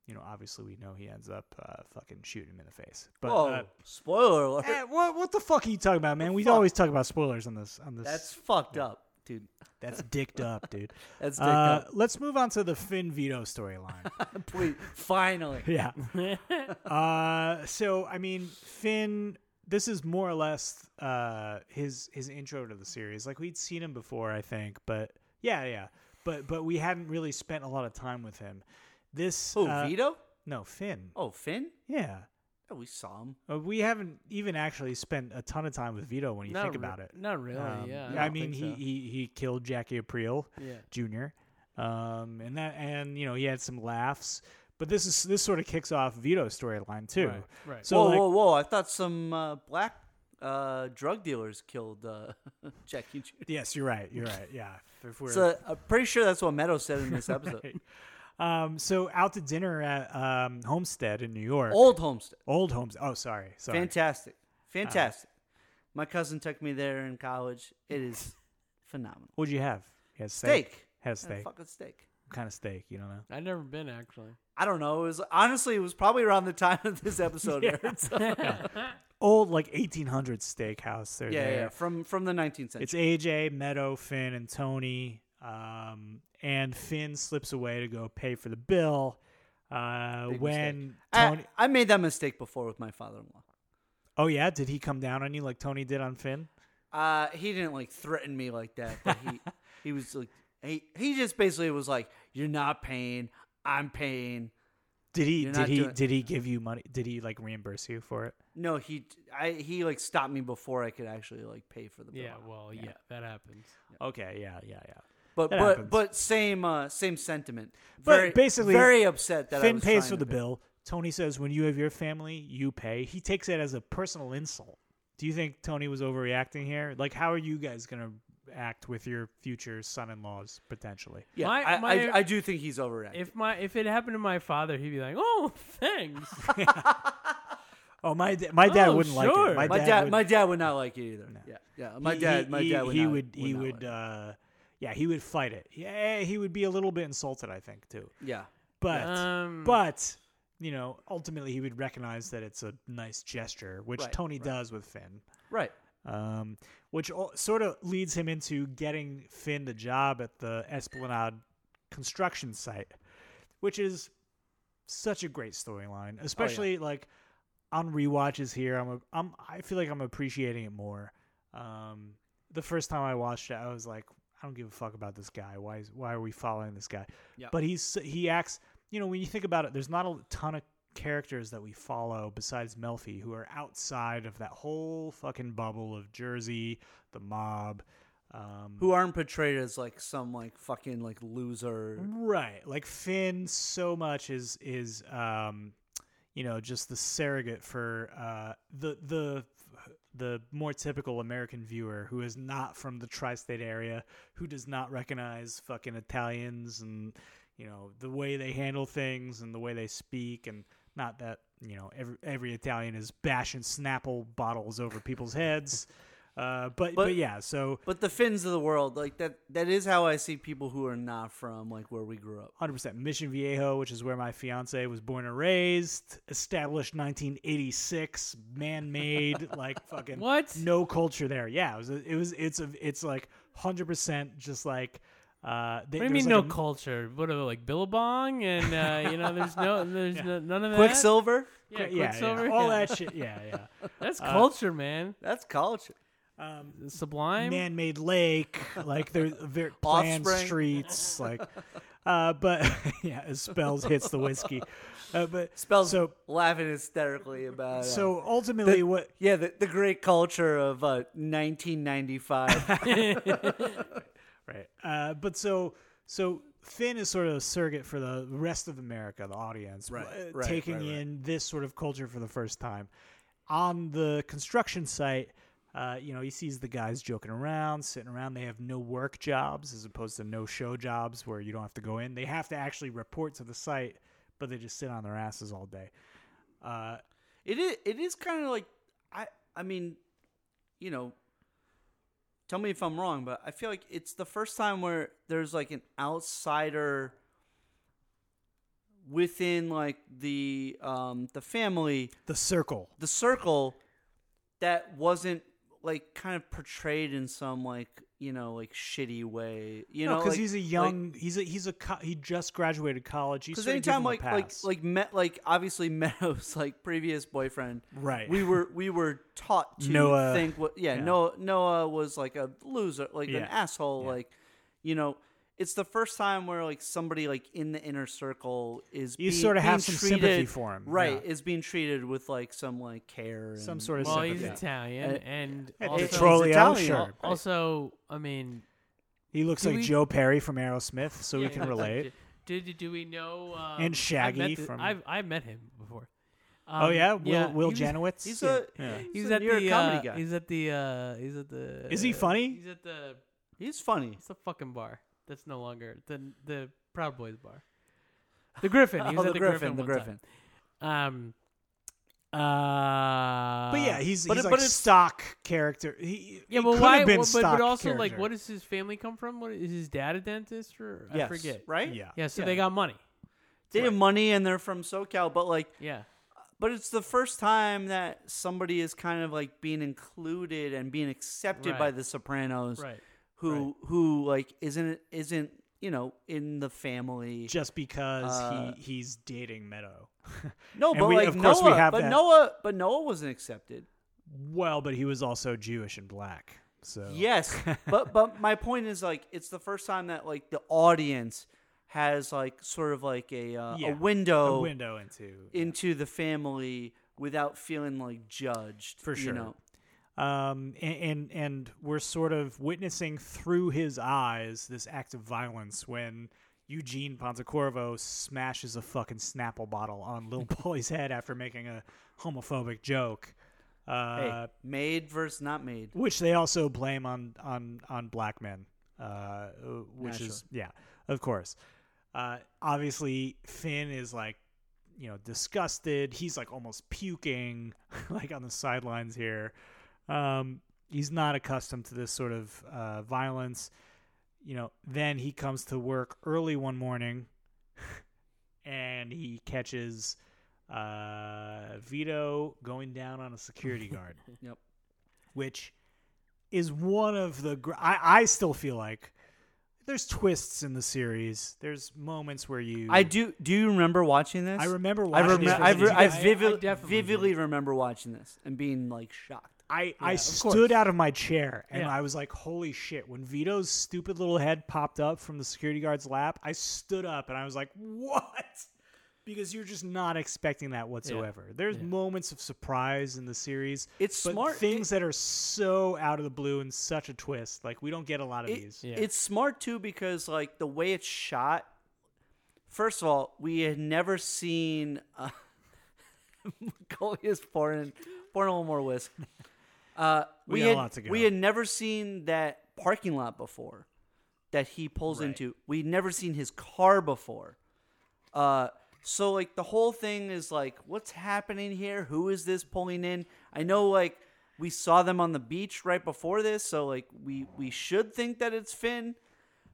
You know, obviously, we know he ends up uh, fucking shooting him in the face. But Whoa! uh, spoiler alert! eh, what what the fuck are you talking about, man? We fuck? always talk about spoilers on this on this. That's fucked up, dude. That's dicked up, dude. *laughs* That's dicked Uh, up. let's move on to the Finn *laughs* Vito storyline. Please, finally. yeah. *laughs* uh, so I mean, Finn. This is more or less uh, his his intro to the series. Like we'd seen him before, I think, but yeah, yeah. But but we hadn't really spent a lot of time with him. This Oh, uh, Vito? No, Finn. Oh, Finn? Yeah. Yeah, we saw him. Uh, we haven't even actually spent a ton of time with Vito when you Not think re- about it. not really Um, yeah I, don't mean, think he, so. he he killed Jackie Aprile Yeah. Jr. Um, and that and you know he had some laughs, but this is this sort of kicks off Vito's storyline too. Right, right. So whoa, like, whoa, whoa! I thought some uh, black uh, drug dealers killed uh, *laughs* Jackie. Jr. yes, you're right. You're right. Yeah. If we're- So I'm pretty sure that's what Meadow said in *laughs* this episode. um, so out to dinner at um, Homestead in New York. Old Homestead, Old Homestead. Oh, sorry. Sorry. fantastic, fantastic. My cousin took me there in college. It is phenomenal. What'd you have? He had Steak. Has Had a steak. Fucking steak. kind of steak. You don't know. I've never been actually. I don't know. It was honestly, it was probably around the time of this episode. *laughs* aired, so- yeah. Old like 1800 steakhouse. They're yeah, there. yeah, from from the 19th century. It's AJ, Meadow, Finn, and Tony. Um, and Finn slips away to go pay for the bill. Uh, Big when I- Tony, I, made that mistake before with my father-in-law. oh yeah, did he come down on you like Tony did on Finn? Uh, he didn't like threaten me like that, but he he was like he he just basically was like, "You're not paying. I'm paying." Did he? You're did not he? doing- Did he give you money? Did he like reimburse you for it? No, he I he like stopped me before I could actually like pay for the bill. Yeah, well, yeah, that happens. Okay, yeah, yeah, yeah. but that but happens. but same uh same sentiment. But Very- basically, very upset that I Finn was pays trying for to the pay. bill. Tony says, "When you have your family, you pay." He takes it as a personal insult. Do you think Tony was overreacting here? Like, how are you guys gonna act with your future son-in-laws potentially? Yeah, My- I, my- I I do think he's overreacting. If my if it happened to my father, he'd be like, "Oh, thanks." Oh, my da- my dad Oh, wouldn't like sure. it. My, my dad, dad, would, my dad would not like it either. Yeah, yeah. My he- dad, my he- dad would. he not, would he not would, like it. uh, yeah he would fight it. Yeah, he would be a little bit insulted, I think, too. yeah, But Um, but you know, ultimately he would recognize that it's a nice gesture, which Right, Tony does with Finn. right. um, which all, sort of leads him into getting Finn the job at the Esplanade construction site, which is such a great storyline, especially like on rewatches here. I'm, a, I'm I feel like I'm appreciating it more. Um, the first time I watched it, I was like, I don't give a fuck about this guy. Why is, why are we following this guy? Yeah. But he's he acts. You know, when you think about it, there's not a ton of characters that we follow besides Melfi who are outside of that whole fucking bubble of Jersey, the mob. Um, Who aren't portrayed as like some like fucking like loser? Mm-hmm. right? Like Finn, so much is is um, you know just the surrogate for uh, the the the more typical American viewer who is not from the tri-state area, who does not recognize fucking Italians and you know the way they handle things and the way they speak and not that you know every every Italian is bashing Snapple bottles over people's heads. Uh, but, but yeah, so But the Finns of the world, like that, that is how I see people who are not from like where we grew up. Hundred percent. Mission Viejo, which is where my fiance was born and raised, established 1986, *laughs* man-made, like fucking What? No culture there. Yeah, it was. It was. It's a. It's like hundred percent. Just like. Uh, What do they, you there's mean like no a- culture? What are they, like Billabong and uh, you know there's no there's no, none of that. Quicksilver, yeah, yeah, yeah, Quicksilver, all yeah. *laughs* that uh, shit. Yeah, yeah. Um, That's culture, man. that's culture. Sublime. man-made lake, like they're *laughs* very planned Offspring. streets, like. Uh, but *laughs* yeah, as spells hits the whiskey, uh, but Spells So laughing hysterically about. uh, so ultimately, what yeah, the, the great culture of uh, 1995. Right. Uh, but so so Finn is sort of a surrogate for the rest of America, the audience, Right, uh, right, taking right, right. in this sort of culture for the first time. On the construction site, uh, you know, he sees the guys joking around, sitting around. They have no work jobs as opposed to no show jobs where you don't have to go in. They have to actually report to the site, but they just sit on their asses all day. Uh, it is. It is kind of like I. I mean, you know. Tell me if I'm wrong, but I feel like it's the first time where there's like an outsider within like the um the family the circle. the circle that wasn't like kind of portrayed in some like you know like shitty way you know because like- he's a like- young, he's a he's a co- he just graduated college. You because sort of give anytime him a like like pass. like met like obviously *laughs* Meadows like previous boyfriend Right. we were we were taught to Noah. think what yeah, Yeah. Noah Noah was like a loser like an Yeah. asshole like you know it's the first time where like somebody like in the inner circle is You being, sorta have being some treated, sympathy for him, right yeah. is being treated with like some like care Some and- sort of well, sympathy. he's Yeah. Uh, Italian, and And also, Petroleum, He's Italian. sure. Right. also, I mean, He looks Do like we- Joe Perry from Aerosmith, so we *laughs* can relate. Did do we know? Um, And Shaggy I met the- from- I've I met him before. oh Um, yeah, Will Will he was- Janowitz. He's yeah. a Yeah. He's a at New York the comedy uh, guy. He's at the uh, he's at the. Is he funny? He's at the He's funny. It's the fucking bar that's no longer the the Proud Boys bar. The *laughs* Griffin. He was Oh, at the the, Griffin, the one time. Um. Uh, But yeah, yeah, he's, But he's it- like but it's- stock character. He, Yeah, he but could why? Have been but, but stock also, like, character. what does his family come from? What is his dad a dentist or I Yes, forget? Right? Yeah. Yeah, so they got money. They have money and they're from SoCal, but like Yeah, but it's the first time that somebody is kind of like being included and being accepted by Right. the Sopranos right. who who like isn't isn't, you know, in the family. Just because Uh, he he's dating Meadow. *laughs* no, and but we- like of Noah, course we have but that. Noah but Noah wasn't accepted. Well, but he was also Jewish and black. So *laughs* Yes, but but my point is like it's the first time that like the audience has like sort of like a uh, Yeah, a window a window into into the family without feeling like judged For You sure. know? um and, and and we're sort of witnessing through his eyes this act of violence when Eugene Ponzacorvo smashes a fucking Snapple bottle on little *laughs* boy's head after making a homophobic joke. Hey, Uh, made versus not made. which they also blame on on on black men, uh, which is yeah, of course. Uh, obviously, Finn is like, you know, disgusted. He's like almost puking, *laughs* like on the sidelines here. Um, he's not accustomed to this sort of uh, violence. You know, then he comes to work early one morning, *laughs* and he catches uh, Vito going down on a security guard Yep. which is one of the gr- I, I still feel like there's twists in the series. There's moments where you I do. Do you remember watching this? I remember I watching remember. this I, when it was- I, I- I vivid, definitely do. vividly remember watching this and being like shocked. I, I of stood course. out of my chair and Yeah. I was like, holy shit. When Vito's stupid little head popped up from the security guard's lap, I stood up and I was like, what? Because you're just not expecting that whatsoever. There's moments of surprise in the series. It's but smart- Things that are so out of the blue and such a twist. Like, we don't get a lot of It, these. It's smart too because like the way it's shot. First of all, we had never seen. Uh, *laughs* Macaulay is pouring, pouring one more whisk. Uh, we, got a had, lot to go. we had never seen that parking lot before that he pulls Right. into. We'd never seen his car before. Uh, so like the whole thing is like, what's happening here? Who is this pulling in? I know like we saw them on the beach right before this, so like we we should think that it's Finn,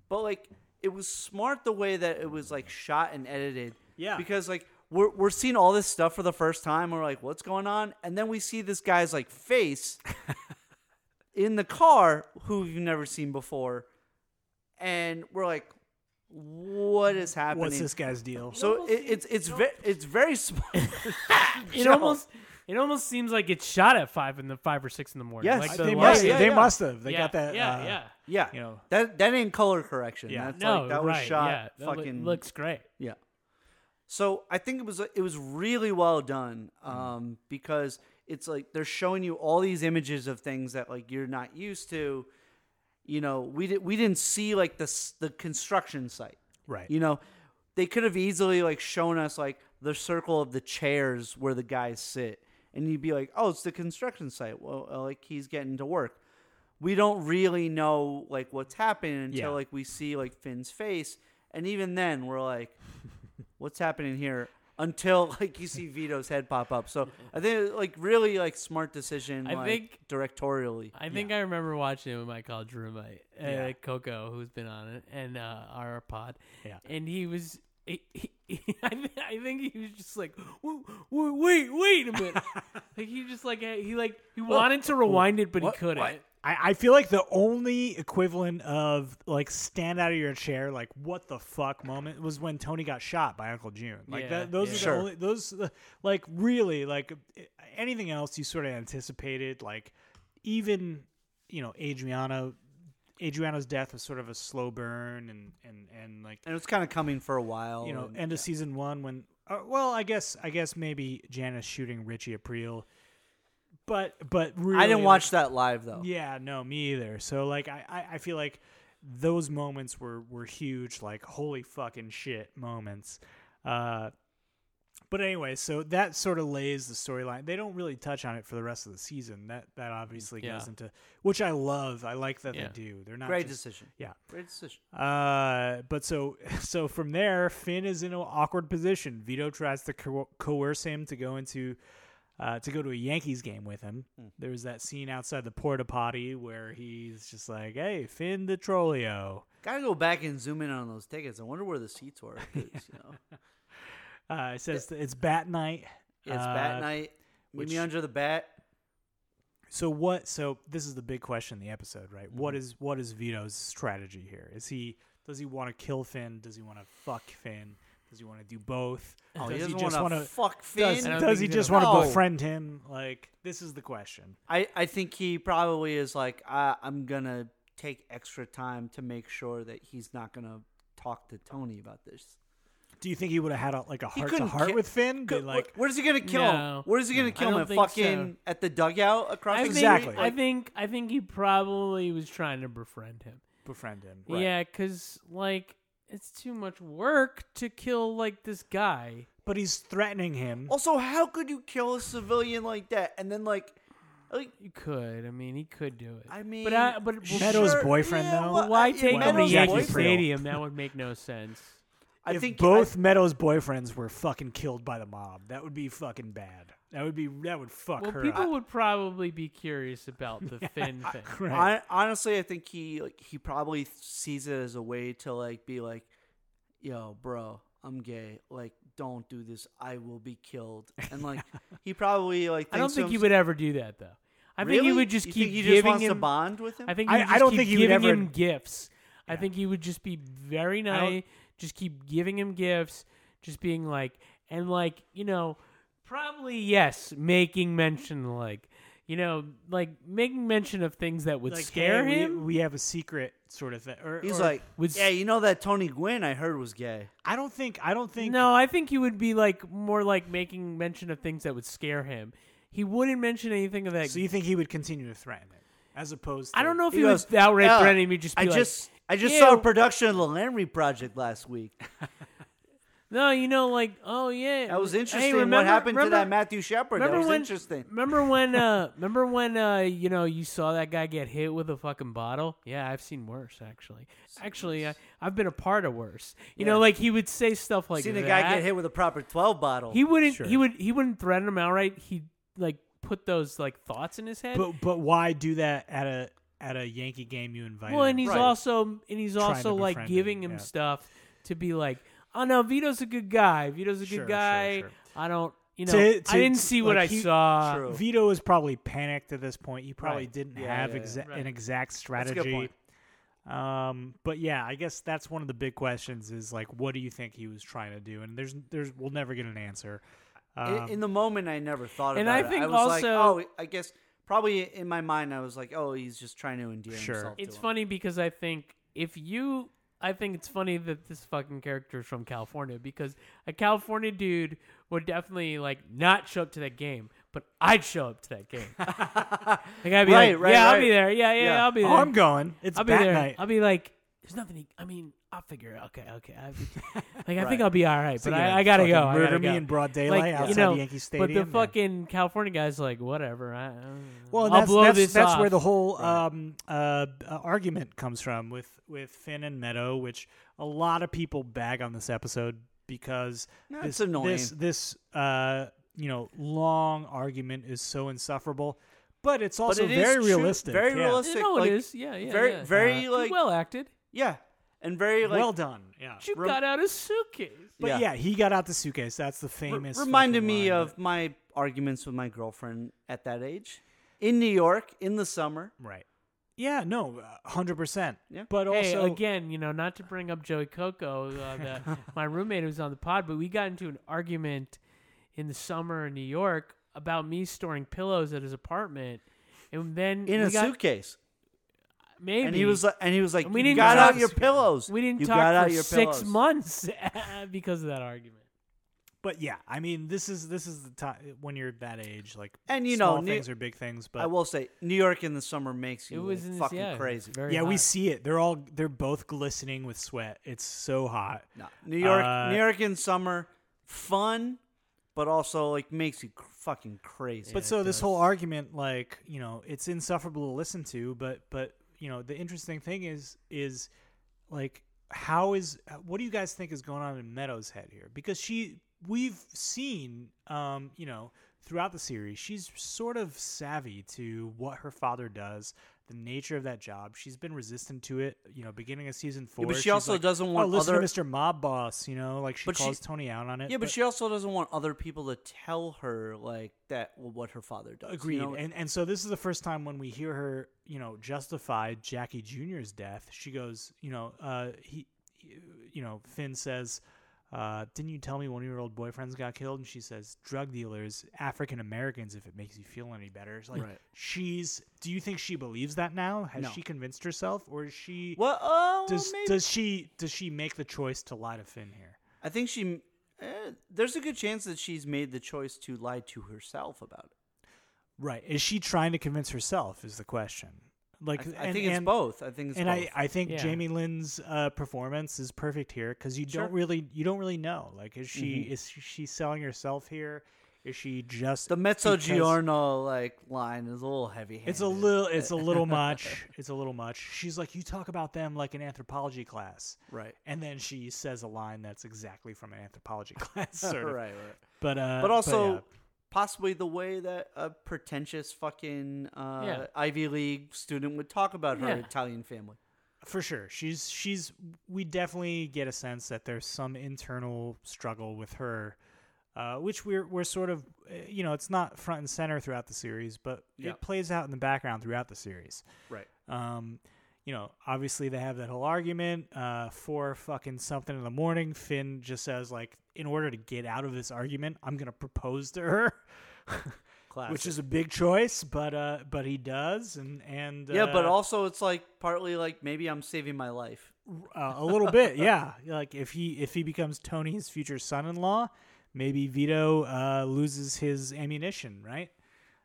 but like it was smart the way that it was like shot and edited. Yeah. because like. We're, we're seeing all this stuff for the first time. We're like, what's going on? And then we see this guy's like *laughs* face in the car who we've never seen before. And we're like, what is happening? What's this guy's deal? So it, it's it's ve- it's very *laughs* smart. It almost it almost seems like it's shot at five in the five or six in the morning. Yes. like I- the they Yeah, must. yeah, they yeah. must have. They yeah, got that. Yeah, uh, yeah. yeah, you know. that that ain't color correction. Yeah. That's No, like that right, was shot yeah, that loo- fucking looks great. yeah. So I think it was it was really well done um, because it's like they're showing you all these images of things that like you're not used to. You know, we did we didn't see like the s- the construction site. Right. You know, they could have easily like shown us like the circle of the chairs where the guys sit, and you'd be like, "Oh, it's the construction site." Well, uh, like he's getting to work. We don't really know like what's happening until Yeah. like we see like Finn's face, and even then we're *laughs* like, "What's happening here?" Until *laughs* like you see Vito's head pop up. So I think like really like smart decision. I like, think- directorially. I think I remember watching it with my college roommate, uh, Yeah. Coco, who's been on it, and uh, our pod. Yeah. And he was, he, he, *laughs* I, thi- I think he was just like, wait, wait, wait a *laughs* minute. like he just like he like he wanted to rewind it, but he couldn't. I, I feel like the only equivalent of like stand out of your chair, like what the fuck moment was when Tony got shot by Uncle June. Like Yeah, that, those yeah. are the Sure. only those uh, like really like anything else you sort of anticipated. Like even you know Adriano, Adriano's death was sort of a slow burn and and and like and it's kind of coming for a while. you know, Oh, and- end of season one when, uh, well, I guess, I guess maybe Janice shooting Richie April, but, but really, I didn't watch that live though. Like, yeah, no, me either. So like, I, I, I feel like those moments were were huge, like holy fucking shit moments. Uh, but anyway, so that sort of lays the storyline. They don't really touch on it for the rest of the season. That that obviously Yeah. goes into which I love. I like that Yeah. they do. They're not Great just- decision. Yeah. Great decision. Uh, but so *laughs* so from there, Finn is in an awkward position. Vito tries to co- coerce him to go into uh, to go to a Yankees game with him. Hmm. There was that scene outside the porta potty where he's just like, "Hey, Finn the Trollio." Gotta go back and zoom in on those tickets. I wonder where the seats were. 'cause, You *laughs* know. Uh, it says it's bat night. Yeah, It's bat Uh, night. Meet which- me under the bat. So what? So this is the big question in the episode, right? What Mm-hmm. is what is Vito's strategy here? Is he does he want to kill Finn? Does he want to fuck Finn? Does he want to do both? Oh, he does doesn't just want wanna- to fuck Does, I Finn. don't think does he he's just gonna- want to No. befriend him? Like this is the question. I, I think he probably is like, I, I'm gonna take extra time to make sure that he's not gonna talk to Tony about this. Do you think he would have had a, like a He heart to couldn't heart ki- with Finn? Be Good- like, where's he gonna kill No. him? Where's he gonna kill him? don't At think so. fucking at the dugout across I the think, Exactly. I think I think he probably was trying to befriend him. befriend him. Yeah, 'cause Yeah, because like it's too much work to kill like this guy. But he's threatening Oh, him. Also, how could you kill a civilian like that? And then like, like You could. I mean, he could do it. I mean, but I but Meadows' sure, boyfriend, though? well, Why *laughs* I- take him to Meadows' Yankee boyfriend. Stadium? That would make no sense. I if think both Meadows' boyfriends were fucking killed by the mob, that would be fucking bad. That would be that would fuck Well, her. people up. would probably be curious about the Finn thing. *laughs* Right. I, honestly, I think he like he probably sees it as a way to like be like, yo, bro, I'm gay. Like, don't do this. I will be killed. *laughs* And like, he probably like. Thinks I don't to think he himself- would ever do that though. I think he Really? would just You keep think he giving just wants him. to bond with him. I think he I- would I just don't keep think he would giving ever- him gifts. I Yeah. think he would just be very don't- nice. Just keep giving him gifts. Just being like, and like you know, probably yes, making mention like, you know, like making mention of things that would Like, scare hey, we- him. We, have a secret sort of thing. Or, He's or- like, would- yeah, you know that Tony Gwynn I heard was gay. I don't think. I don't think. no, I think he would be like more like making mention of things that would scare him. He wouldn't mention anything of that. So you think he would continue to threaten it, as opposed? to... I don't know if He he, was goes, outright "Yeah, threatening me. Just be I like, just I just "Yeah, saw a w- production of the Landry Project *laughs* last week. No, you know, like, oh yeah, That was Hey, interesting. what remember- happened remember- to that Matthew Shepard? That Remember was when? interesting. Remember when? *laughs* Uh, remember when? Uh, you know, you saw that guy get hit with a fucking bottle. Yeah, I've seen worse actually. Actually, I, I've been a part of worse. You Yeah. know, like he would say stuff like Seen that. a guy get hit with a proper twelve bottle. He wouldn't. He Sure. would. He wouldn't threaten him outright. He like put those like thoughts in his head. But but why do that at a at a Yankee game you invited? well, and he's Right. also and he's Trying to also like befriend giving him, him yeah. stuff to be like, oh no, Vito's a good guy. Vito's a Sure, sure, good guy. sure. I don't. You know, To- to- I didn't see what like, I he- saw. True. Vito is probably panicked at this point. He probably Right. didn't Yeah, have yeah, yeah. exa- Right. an exact a strategy. good point. Um, but yeah, I guess that's one of the big questions is like, what do you think he was trying to do? And there's there's we'll never get an answer. Um, in, in the moment, I never thought and about I it. think I was like, also- oh, I guess probably in my mind, I was like, oh, he's just trying to endear Sure. himself. to It's him. funny because I think if you, I think it's funny that this fucking character is from California because a California dude would definitely like not show up to that game, but I'd show up to that *laughs* game. like I'd be Right, like, right, yeah, I'll right. be there. Yeah, yeah, Yeah. I'll be there. oh, I'm going. It's I'll be bat there. night. I'll be like, there's nothing. he- I mean, I'll figure it. Okay, okay. I'll be, *laughs* like I think I'll be all right, but you're I, gonna I gotta fucking go. I murder gotta me go. in broad daylight outside you know, Yankee But the Stadium? Yeah. fucking California guy's like, whatever. I, I Well, I'll and that's blow that's, this that's off. where the whole um, uh, uh, argument comes from with with Finn and Meadow, which a lot of people bag on this episode because No, this it's annoying. this this uh, you know long argument is so insufferable, but it's also it is very true- realistic, very yeah. realistic. You know like, it is. Yeah, yeah. very, yeah. very Too like, well acted. *laughs* yeah, and very like, well done, yeah. You Rem- got out a suitcase. but yeah. he got out the suitcase. That's the re- famous. reminded fucking me line. of my arguments with my girlfriend at that age in New York in the summer. right. Yeah, no, hundred percent. Yeah. But Hey, also again, you know, not to bring up Joey Coco, uh, *laughs* the, my roommate who's on the pod, but we got into an argument in the summer in New York about me storing pillows at his apartment, and then In we a got, suitcase, maybe and he was like, and he was like, And we you didn't got talk- out your pillows. we didn't you talk got for out your six pillows. months *laughs* because of that argument. But yeah, I mean, this is this is the time when you're that age, like And, you small know, New- things are big things. But I will say, New York in the summer makes It you was in this- fucking yeah, crazy. Very yeah, we hot. see it. They're all they're both glistening with sweat. It's so hot. No, New York, Uh, New York in summer, fun, but also like makes you cr- fucking crazy. But so this whole argument, like you know, it's insufferable to listen to. But but you know, the interesting thing is is like how is what do you guys think is going on in Meadows' head here? Because she we've seen um you know throughout the series, she's sort of savvy to what her father does, the nature of that job. She's been resistant to it, you know, beginning of season four. but she she's also like, doesn't "Oh, want listen other- to Mr. Mob Boss, you know, like she But she- calls Tony out on it. Yeah, but, she also doesn't want other people to tell her like that what her father does. you agreed. know? and and so this is the first time when we hear her, you know, justify Jackie Jr.'s death. She goes, you know, uh, he, he- you know, Finn says. Uh, didn't you tell me one of your old boyfriends got killed? And she says, drug dealers, African Americans, if it makes you feel any better. It's like, Right. she's, do you think she believes that now? Has No. she convinced herself? Or is she, well, oh, does, maybe. does she, does she make the choice to lie to Finn here? I think she. Eh, there's a good chance that she's made the choice to lie to herself about it. Right. Is she trying to convince herself is the question. Like, I, th- I and- think it's and- both. I think it's and both. I, I think Yeah. Jamie Lynn's uh, performance is perfect here because you Sure. Mm-hmm. don't really you don't really know like is she is she selling herself here is she just the mezzo because- giorno like line is a little heavy. it's a *laughs* little it's a little much it's a little much she's like you talk about them like an anthropology class *laughs* right, and then she says a line that's exactly from an *laughs* anthropology *laughs* class sort of. right, right. but uh But also. yeah. Possibly the way that a pretentious fucking uh, Yeah. Ivy League student would talk about her Yeah. Italian family. for sure she's she's we definitely get a sense that there's some internal struggle with her uh, which we're we're sort of uh, you know it's not front and center throughout the series but Yeah. it plays out in the background throughout the series Right. um you know obviously they have that whole argument uh for fucking something in the morning finn just says like in order to get out of this argument i'm gonna propose to her which is a big choice but uh but he does and and Yeah, but uh, also it's like partly like maybe I'm saving my life. uh, a little bit yeah like if he if he becomes tony's future son-in-law maybe vito uh, loses his ammunition right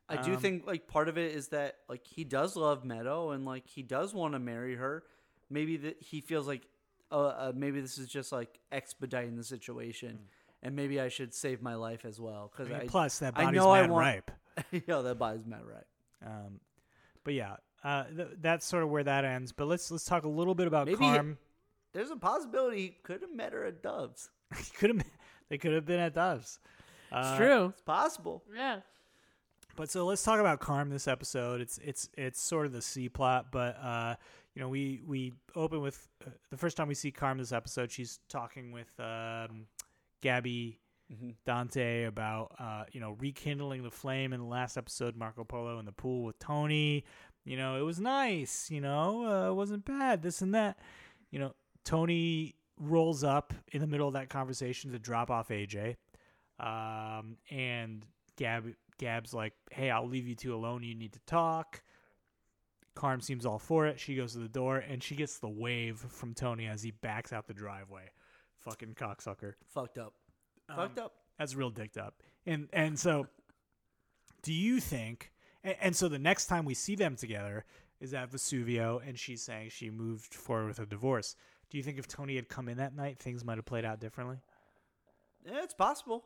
I Um, do think like part of it is that like he does love Meadow and like he does want to marry her. Maybe that he feels like uh, uh, maybe this is just like expediting the situation, and maybe I should save my life as well because I, Hmm. plus that I body's know I mad want- ripe *laughs* yo that buys Matt right. um, but yeah uh, th- that's sort of where that ends but let's let's talk a little bit about Maybe- carm There's a possibility he could have met her at Dove's. *laughs* he could have they could have been at Uh, doves It's true. It's possible. Yeah. But so let's talk about Carm this episode. It's it's it's sort of the C plot, but uh, you know we we open with uh, the first time we see Carm this episode. She's talking with um, Gabby Dante about uh, you know rekindling the flame in the last episode, Marco Polo in the pool with Tony. You know it was nice. You know uh, it wasn't bad. This and that. You know Tony rolls up in the middle of that conversation to drop off AJ. Um, and Gab Gab's like, "Hey, I'll leave you two alone. You need to talk." Carm seems all for it. She goes to the door and she gets the wave from Tony as he backs out the driveway. Fucking cocksucker. Fucked up. Fucked Um, up. That's real dicked up. And and so, do you think? And, and so the next time we see them together is at Vesuvio, and she's saying she moved forward with a divorce. Do you think if Tony had come in that night, things might have played out differently? Yeah, it's possible.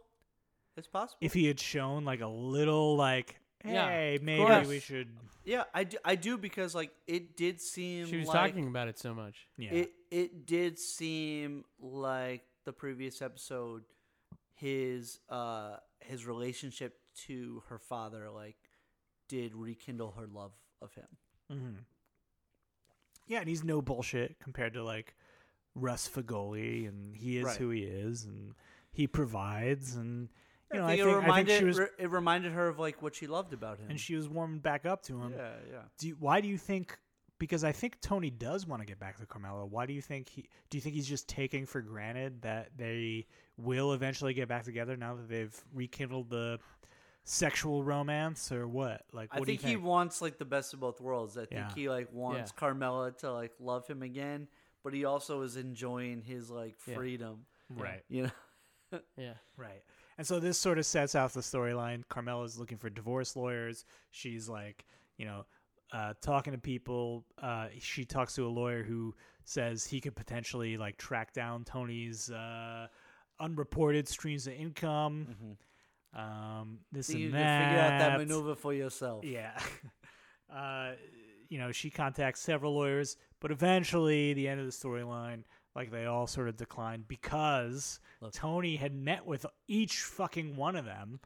It's possible. if he had shown like a little like Yeah, hey of maybe course. we should yeah, I do, I do because like it did seem She was like, talking about it so much. yeah It it did seem like the previous episode, his uh his relationship to her father like did rekindle her love of him. Mhm. yeah and he's no bullshit compared to like Russ Fagoli and he is Right. who he is and he provides and you know I I think, think, it I think reminded she was re- it reminded her of like what she loved about him. and she um, was warming back up to him yeah yeah. do you, why do you think because I think Tony does want to get back to Carmelo. Why do you think he? Do you think he's just taking for granted that they will eventually get back together now that they've rekindled the sexual romance, or what? Like, I what do you think, he wants like the best of both worlds. I think Yeah. he like wants Yeah. Carmela to like love him again, but he also is enjoying his like Yeah. freedom. right, You know. *laughs* Yeah. *laughs* right. And so this sort of sets out the storyline. Carmela's looking for divorce lawyers. She's like, you know, uh, talking to people. Uh, she talks to a lawyer who says he could potentially like track down Tony's uh, unreported streams of income. Um, this Think and you can that. Mm-hmm. figure out that maneuver for yourself. Yeah. *laughs* uh, you know, she contacts several lawyers, but eventually, the end of the storyline, like they all sort of declined because Tony had met with each fucking one of them.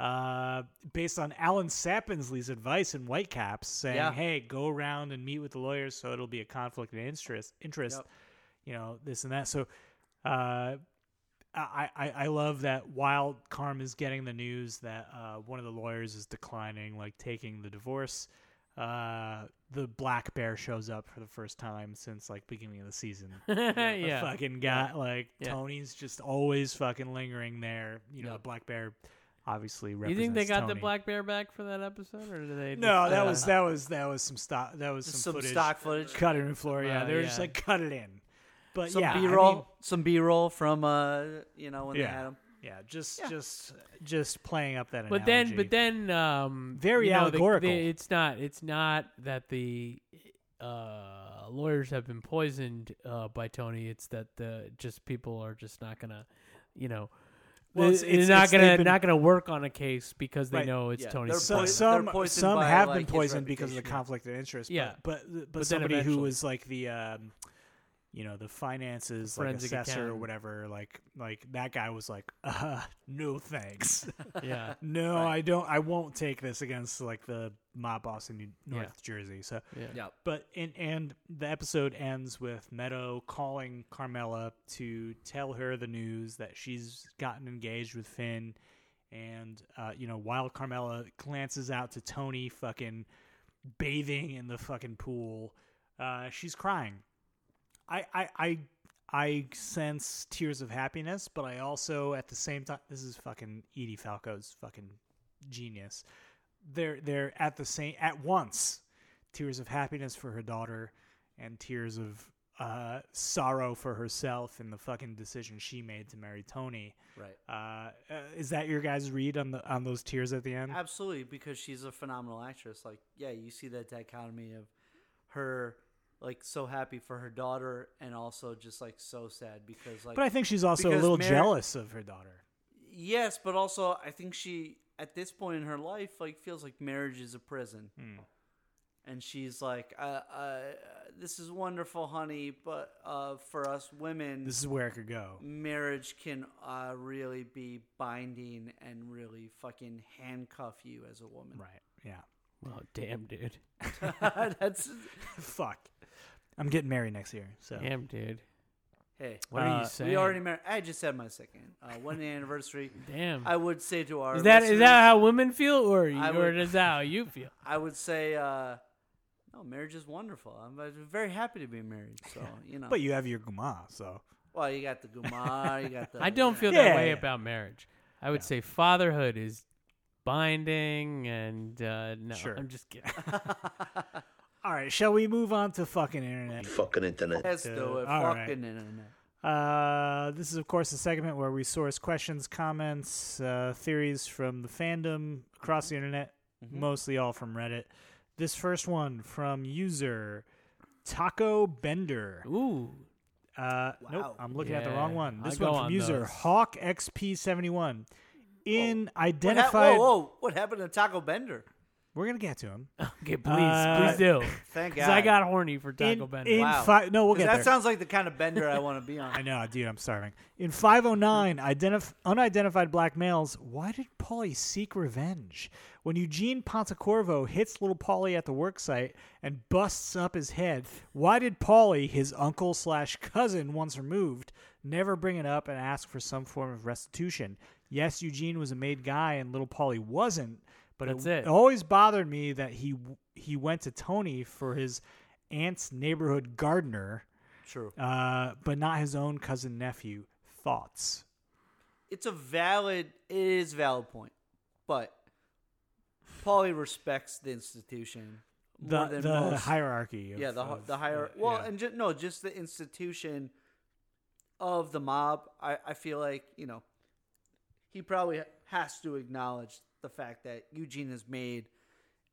uh, based on Alan Sappinsley's advice in Whitecaps, saying, Yeah. "Hey, go around and meet with the lawyers, so it'll be a conflict of interest, interest, Yep. you know, this and that." So, uh, I, I I love that while Carm is getting the news that uh, one of the lawyers is declining, like taking the divorce. Uh, the black bear shows up for the first time since like beginning of the season. yeah. The fucking guy. Like Yeah. Tony's just always fucking lingering there. You know, Yeah. the black bear obviously You represents. think they got Tony. the black bear back for that episode, or did they? No, just, that uh, was that was that was some stock. That was some, Some footage. stock footage. Cut it in floor. Yeah, Uh, they were just yeah. like cut it in. But Some yeah, I B-roll, mean, some B-roll from uh, you know, when yeah, they had him. yeah, just just just playing up that. But then, analogy. but then, um, Very you know, the- allegorical. the- it's not. It's not that the uh, lawyers have been poisoned uh, by Tony. It's that the just people are just not gonna, you know, Well, they- it's- they're it's- not it's- gonna they've been- not gonna work on a case because they Right. know it's Yeah, Tony's. they're So fault. poison- some they're poisoned some by, have like, been his poisoned because of the reputation. conflict of interest. Yeah. but but, but, then somebody who eventually- was like the um, you know the finances like Forensic assessor or accountant. whatever, like like that guy was like, *laughs* uh, *laughs* no thanks, *laughs* yeah, no, I don't, I won't take this against like the mob boss in New- North Yeah. Jersey. So yeah, Yep. but and and the episode ends with Meadow calling Carmela to tell her the news that she's gotten engaged with Finn, and uh, you know while Carmela glances out to Tony fucking bathing in the fucking pool, uh, she's crying. I I I I sense tears of happiness, but I also at the same time this is fucking Edie Falco's fucking genius. They're they're at the same at once tears of happiness for her daughter and tears of uh, sorrow for herself and the fucking decision she made to marry Tony. Right. Uh, uh, is that your guys' read on the on those tears at the end? Absolutely, because she's a phenomenal actress. Like, yeah, you see that dichotomy of her like so happy for her daughter and also just like so sad because like But I think she's also a Because little Mary- jealous of her daughter. yes, but also I think she at this point in her life like feels like marriage is a prison. Hmm. And she's like, uh, uh, "This is wonderful, honey, but uh, for us women, This is where it could go. marriage can uh, really be binding and really fucking handcuff you as a woman. Right. Yeah. *laughs* Well, damn, dude, *laughs* That's Fuck. I'm getting married next year. So damn, dude. hey. What are Uh, you we saying? We already married. I just had my second uh, one *laughs* year anniversary. damn. I would say to our is that is listeners, that how women feel, or you, I or would- is that how you feel? I would say uh, no. Marriage is wonderful. I'm uh, very happy to be married. *laughs* So you know, But you have your guma, so well, you got the gumar, you got *laughs* the. I don't *laughs* feel Yeah, that way yeah. about marriage. I would say fatherhood is binding, and uh, no, Sure. I'm just kidding. all right. Shall we move on to fucking internet? Fucking internet. That's the All fucking right. internet. Uh, this is, of course, a segment where we source questions, comments, uh, theories from the fandom across the internet, Mm-hmm. mostly all from Reddit. This first one from user Taco Bender. Ooh, Uh, Nope, I'm looking at the wrong Yeah, one. This I'll go one on from user those. Hawk XP71. In What hap- identified, whoa, whoa! What happened to Taco Bender? we're gonna get to him. okay, please, Uh, please do. Thank God. Because I got horny for Taco in, Bell. in Wow. fi- no, we'll 'Cause get that there. sounds like the kind of bender I want to be on. *laughs* I know, dude, I'm starving. In 509, identif- unidentified black males, why did Polly seek revenge? When Eugene Pontecorvo hits little Polly at the worksite and busts up his head, why did Polly, his uncle slash cousin once removed, never bring it up and ask for some form of restitution? Yes, Eugene was a made guy and little Polly wasn't, but That's it, it. always bothered me that he he went to Tony for his aunt's neighborhood gardener True. uh, but not his own cousin nephew. Thoughts? it's a valid it is a valid point but Paulie respects the institution The more than the most. hierarchy. Of, yeah the hi- of- uh, the higher well and just, no just the institution of the mob I, I feel like you know he probably has to acknowledge the fact that Eugene is made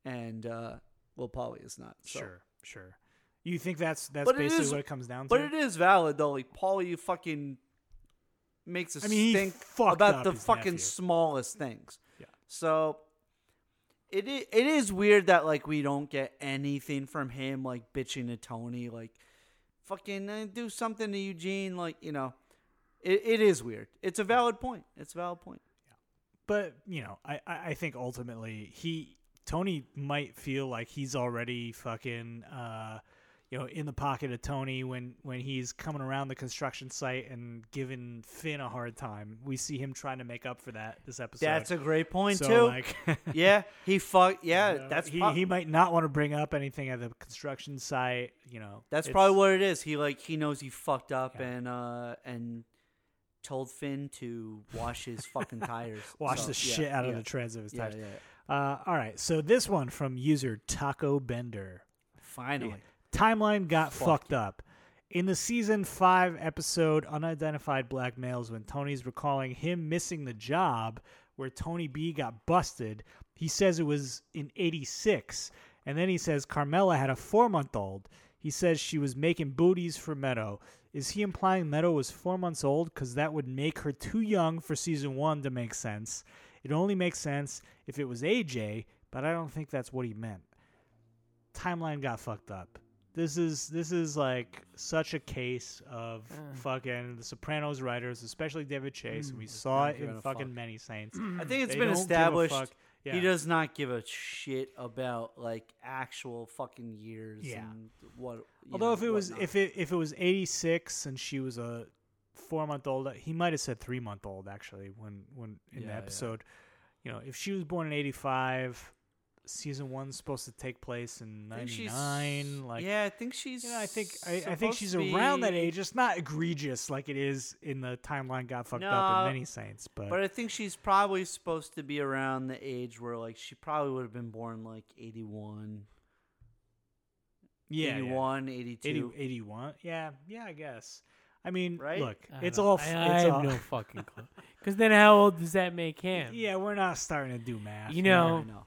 and uh well Paulie is not so. sure, sure. You think that's that's But it basically is- what it comes down But to? it is valid though. Like Paulie fucking makes us I mean, he think fucked up about the his fucking nephew. smallest things. Yeah. So it i- it is weird that like we don't get anything from him like bitching to Tony like fucking uh, do something to Eugene like you know it, it is weird. It's a valid point. It's a valid point. but you know, I, I I think ultimately he Tony might feel like he's already fucking uh you know in the pocket of Tony when when he's coming around the construction site and giving Finn a hard time. We see him trying to make up for that this episode. That's a great point so, too. Like, *laughs* yeah, he fuck. Yeah, know, that's he, prob- he might not want to bring up anything at the construction site. You know, that's it's- probably what it is. He like he knows he fucked up Yeah. and uh and told Finn to wash his fucking tires. *laughs* wash So, the yeah, shit out of yeah, the treads of his yeah, tires. yeah. Uh, all right, so this one from user Taco Bender. Finally, Timeline got Fuck. fucked up. In the season five episode Unidentified Black Males, when Tony's recalling him missing the job where Tony B got busted, he says it was in 86. And then he says Carmela had a four month old. He says she was making booties for Meadow. Is he implying Meadow was four months old? Because that would make her too young for season one to make sense. It only makes sense if it was AJ, but I don't think that's what he meant timeline got fucked up. This is this is like such a case of Uh. fucking the Sopranos writers, especially David Chase, Mm, and we saw it giving in a fucking fuck. many Saints. *clears throat* I think it's They been don't give a established. fuck. Yeah. He does not give a shit about like actual fucking years. Yeah. And what? you Although know, if it was whatnot. if it if it was eighty six and she was a four month old, he might have said three month old actually when when in Yeah, the yeah. episode. You know, if she was born in eighty five, season one's supposed to take place in I think ninety she's- nine. Like yeah, I think she's. You know, I think I, I think she's supposed to around that be- age. It's not egregious like it is in the timeline got fucked No, up in many saints, but, But I think she's probably supposed to be around the age where like she probably would have been born like 81, yeah, 81, 82. yeah. 80, 81. Yeah, yeah, I guess. I mean, Right? look, I don't it's know. all. I, f- I it's have all *laughs* no fucking clue. Because then, how old does that make him? yeah, we're not starting to do math. You here. know, I know.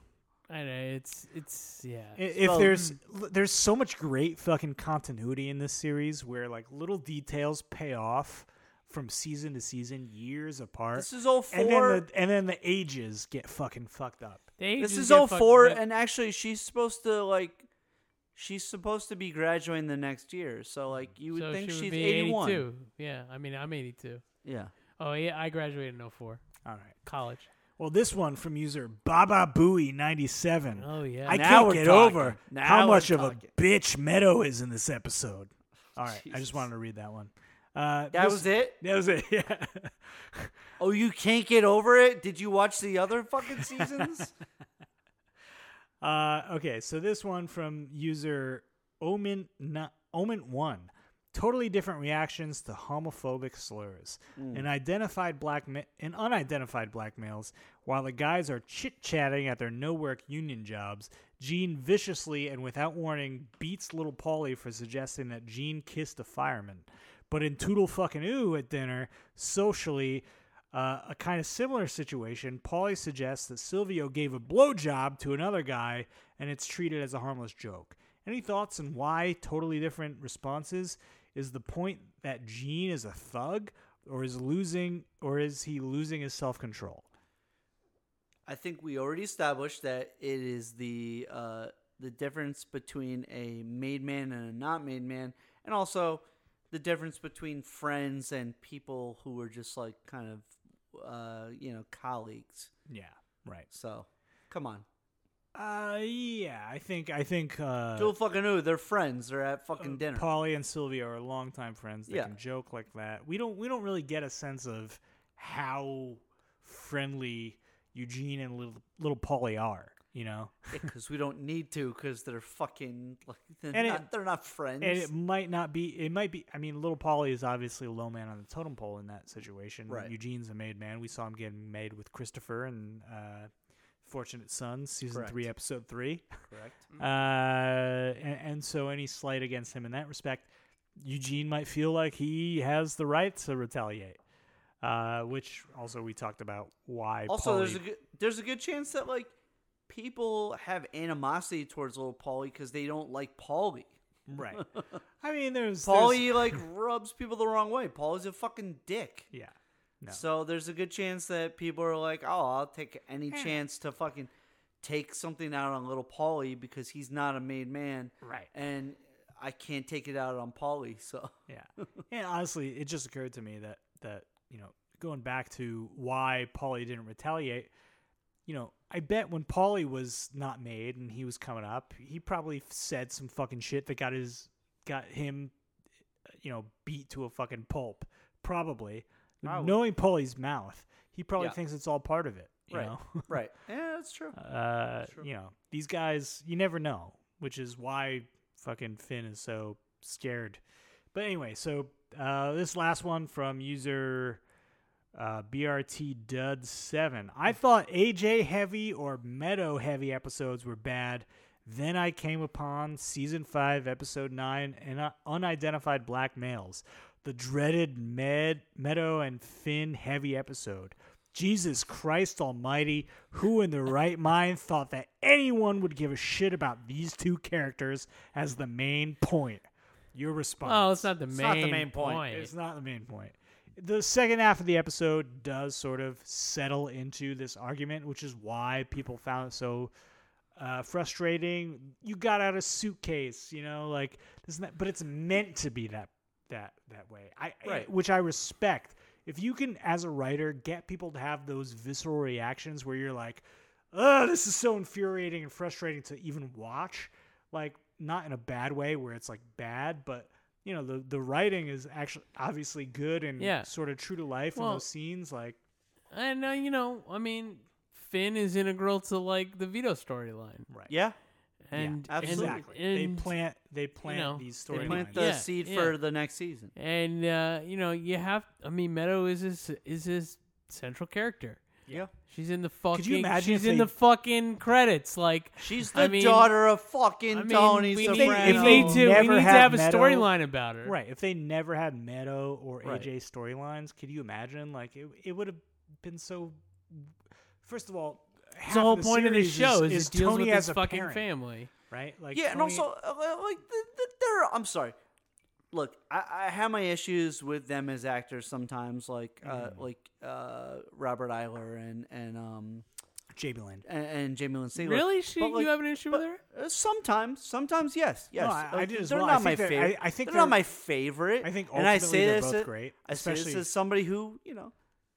I know. It's it's yeah. I- if Well- there's l- there's so much great fucking continuity in this series where like little details pay off from season to season, years apart. This is 04. and then the and then the ages get fucking fucked up. The ages this is get fucked 04 up. and actually she's supposed to like she's supposed to be graduating the next year. So like you would so think she would she's be 81. 82. Yeah, I mean, I'm 82. Yeah. Oh yeah, I graduated in 04, All right. college. Well, this one from user Baba Booey ninety seven. Oh yeah, I Now can't we're get talking. over Now how we're much of a talking. bitch Meadow is in this episode. All right, I Jesus. just wanted to read that one. Uh, That this- was it? That was it. *laughs* Yeah. Oh, you can't get over it? Did you watch the other *laughs* fucking seasons? Uh, okay, so this one from user Omen Na- Omen One. Totally different reactions to homophobic slurs. An identified black ma- and unidentified black males, while the guys are chit chatting at their no work union jobs, Gene viciously and without warning beats little Paulie for suggesting that Gene kissed a fireman. But in Toodle fucking ooh at dinner, socially, uh, a kind of similar situation, Paulie suggests that Silvio gave a blowjob to another guy and it's treated as a harmless joke. Any thoughts on why totally different responses? Is the point that Gene is a thug or is losing or is he losing his self control? I think we already established that it is the uh, the difference between a made man and a not made man, and also the difference between friends and people who are just like kind of uh, you know colleagues. Yeah, right. So come on, Uh yeah, I think I think uh Joel fucking who? They're friends. They're at fucking dinner. Polly Um, and Sylvia are longtime friends. They Yeah. can joke like that. We don't we don't really get a sense of how friendly Eugene and little little Polly are. You know, Because we don't need to. Because they're fucking like they're, And it- not, they're not friends. and it might not be. It might be. I mean, little Polly is obviously a low man on the totem pole in that situation. Right. Eugene's a made man. We saw him getting made with Christopher and uh, Fortunate Son, season Correct. three, episode three. Correct. Uh, and, and so any slight against him in that respect, Eugene might feel like he has the right to retaliate. Uh, which also we talked about why. Also, there's Pauly- a good, there's a good chance that like people have animosity towards little Polly because they don't like Polly. right. I mean, there's *laughs* there's- *laughs* Paulie like rubs people the wrong way. Paulie's a fucking dick. Yeah. No. So there's a good chance that people are like, "Oh, I'll take any chance to fucking take something out on little Paulie because he's not a made man." Right. And I can't take it out on Paulie. So *laughs* Yeah. and honestly, it just occurred to me that that you know going back to why Paulie didn't retaliate, you know, I bet when Paulie was not made and he was coming up, he probably f- said some fucking shit that got his got him, you know, beat to a fucking pulp. Probably, Probably. knowing Paulie's mouth, he probably Yeah. thinks it's all part of it. *laughs* You Right. know? right. Yeah, that's true. uh, Sure. you know, these guys, you never know, which is why fucking Finn is so scared. But anyway, so uh, this last one from user uh, BRT Dud Seven. I thought AJ Heavy or Meadow Heavy episodes were bad. Then I came upon season five, episode nine, and uh, unidentified black males, the dreaded Med Meadow and Finn Heavy episode. Jesus Christ Almighty, who in their right mind thought that anyone would give a shit about these two characters as the main point? Your response. Oh, it's not the main. not the main point. It's not the main point. The second half of the episode does sort of settle into this argument, which is why people found it so uh, frustrating. You got out a suitcase, you know, like this, and that, but it's meant to be that that that way. I, I- Right. which I respect. If you can, as a writer, get people to have those visceral reactions where you're like, "Oh, this is so infuriating and frustrating to even watch," like not in a bad way where it's like bad, but you know the the writing is actually obviously good and Yeah. sort of true to life in Well- those scenes. Like, And uh, you know, I mean, Finn is integral to like the Vito storyline, right? Yeah, and and- exactly. And, they plant they plant know, these they storylines. plant the Yeah, seed yeah. for the next season. and uh, you know, you have. I mean, Meadow is his is his central character. Yeah, She's in the fucking. you imagine she's if in they- the fucking credits. Like she's the I mean- daughter of fucking I mean, Tony we need, Soprano. we need to we Never need to have have a Meadow. storyline about her. Right. If they never had Meadow or Right. AJ storylines, could you imagine? Like it, it would have been so. First of all, half the whole the point of this series show is, is, is it deals Tony with as his a fucking parent, family. right? Like yeah, and Tony- also uh, well, like th th there. Are, I'm sorry. Look, I, I have my issues with them as actors sometimes, like Mm. uh, like uh, Robert Eiler and and um JB Lynn. and, and Jamie Lynn Sigler. Really? She? But, like, you have an issue with but- *laughs* her? uh, sometimes, sometimes yes, yes. I- I Like, did as they're well. I Not my think they're- I- favorite. I think they're not they're- my favorite. I think and I ultimately say they're this both a- great, I say this especially- as somebody who you know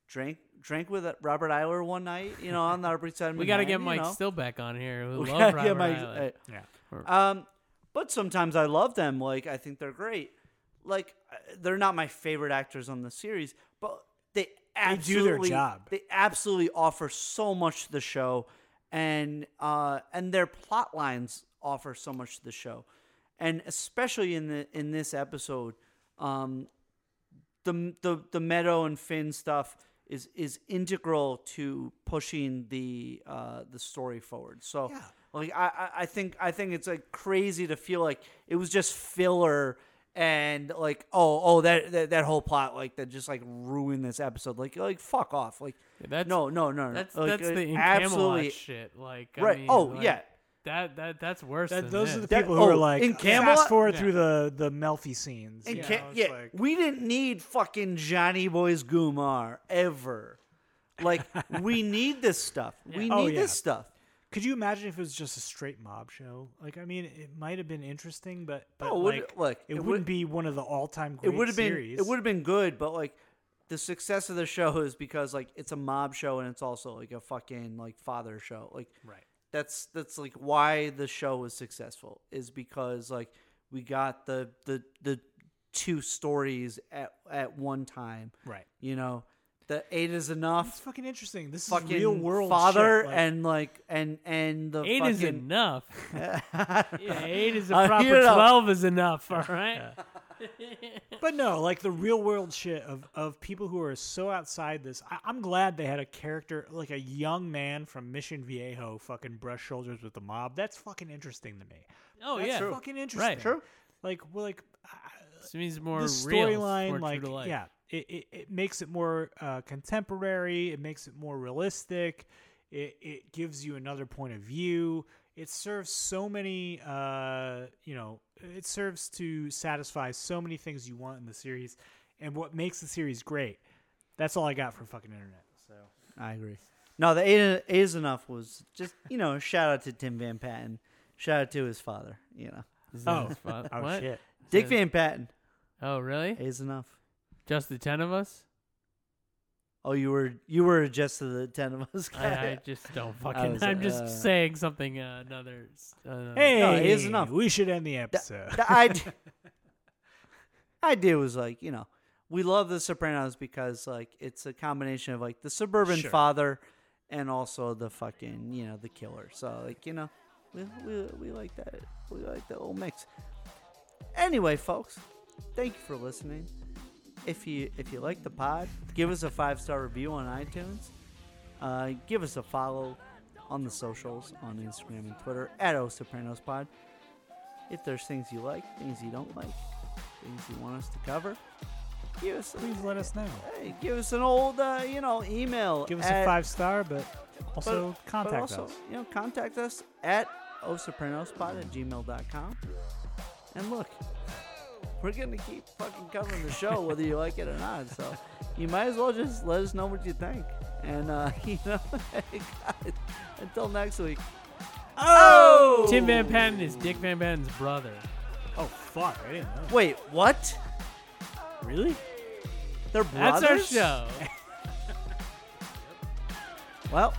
drank drank with uh, Robert Eiler one night. You know, on the Upper East Side. of We got to get Manhattan, Mike you know. Still back on here. We *laughs* We love gotta get Robert Mike- Island. uh, Yeah. um, but sometimes I love them. Like I think they're great. Like uh, they're not my favorite actors on the series, but they do their absolutely job. They absolutely offer so much to the show, and uh, and their plot lines offer so much to the show, and especially in the in this episode, um, the the the Meadow and Finn stuff. Is, is integral to pushing the uh, the story forward. So Yeah. like I, I- I think I think it's like crazy to feel like it was just filler and like oh oh that that, that whole plot like that just like ruined this episode like like fuck off like that's- no no no no That's Like, that's uh, the in absolutely Camelot shit. Like Right. I mean, Oh, like, yeah. That that that's worse. That, than those this. are the That- people who are oh, like in fast Camelot? forward Yeah. through the the Melfi scenes. in you Ca- know, it's yeah like- we didn't need fucking Johnny Boys Gumar ever like we need this stuff we need Oh, yeah. this stuff could you imagine if it was just a straight mob show? Like, I mean, it might have been interesting, but but No, it like, Oh, would- look, it, it would- wouldn't be one of the all time great it would have been series. it would have been good, but like the success of the show *laughs* is because like it's a mob show and it's also like a fucking like father show. Like right. that's that's like why the show was successful is because like we got the the the two stories at at one time. Right. You know, the eight is It's enough. fucking interesting. This is Fucking real world father shit, like- and like and and the *laughs* Eight is fucking enough. yeah, eight is a Uh, hear proper. it up. Twelve is enough. All right. but no, like the real world shit of of people who are so outside this. I, I'm glad they had a character like a young man from Mission Viejo fucking brush shoulders with the mob. That's fucking interesting to me. Oh That's yeah. fucking interesting. True. Like well, like This means more real, the it's more storyline, true like to life. yeah, it, it it makes it more uh, contemporary. It makes it more realistic. It it gives you another point of view. It serves so many, uh, you know, it serves to satisfy so many things you want in the series, and what makes the series great. That's all I got from fucking internet. So I agree. No, the eight, eight is enough was just you know shout out to Tim Van Patten, shout out to his father. You know, Is that Oh. his fault? oh what? shit, Dick Yeah. Van Patten Oh really? Eight is enough. Just the ten of us? Oh, you were you were just the ten of us. I, guy. *laughs* I just don't fucking. *laughs* was, I'm just uh, saying something. Uh, another. s- uh, another- Hey, No, it is enough. We should end the episode. *laughs* Th- That, I d- idea was like, you know, we love The Sopranos because like it's a combination of like the suburban Sure. father and also the fucking you know the killer. So like you know, we we we like that we like the old mix. Anyway, folks, thank you for listening. If you if you like the pod, give us a five star review on iTunes. Uh, give us a follow on the socials on Instagram and Twitter at O Sopranos Pod. If there's things you like, things you don't like, things you want us to cover, give us Please let us know. hey, give us an old uh, you know email. Give us at- a five star, Uh, but also but- but contact also, us. You know, contact us at osopranospot at gmail.com. And look, we're gonna keep fucking covering the show whether you like it or not. So you might as well just let us know what you think. And uh, *laughs* you know, guys, until next week. Oh, Tim Van Patten is Dick Van Patten's brother. Oh fuck! I didn't know. Wait, what? Really? They're That's brothers. our show. Well.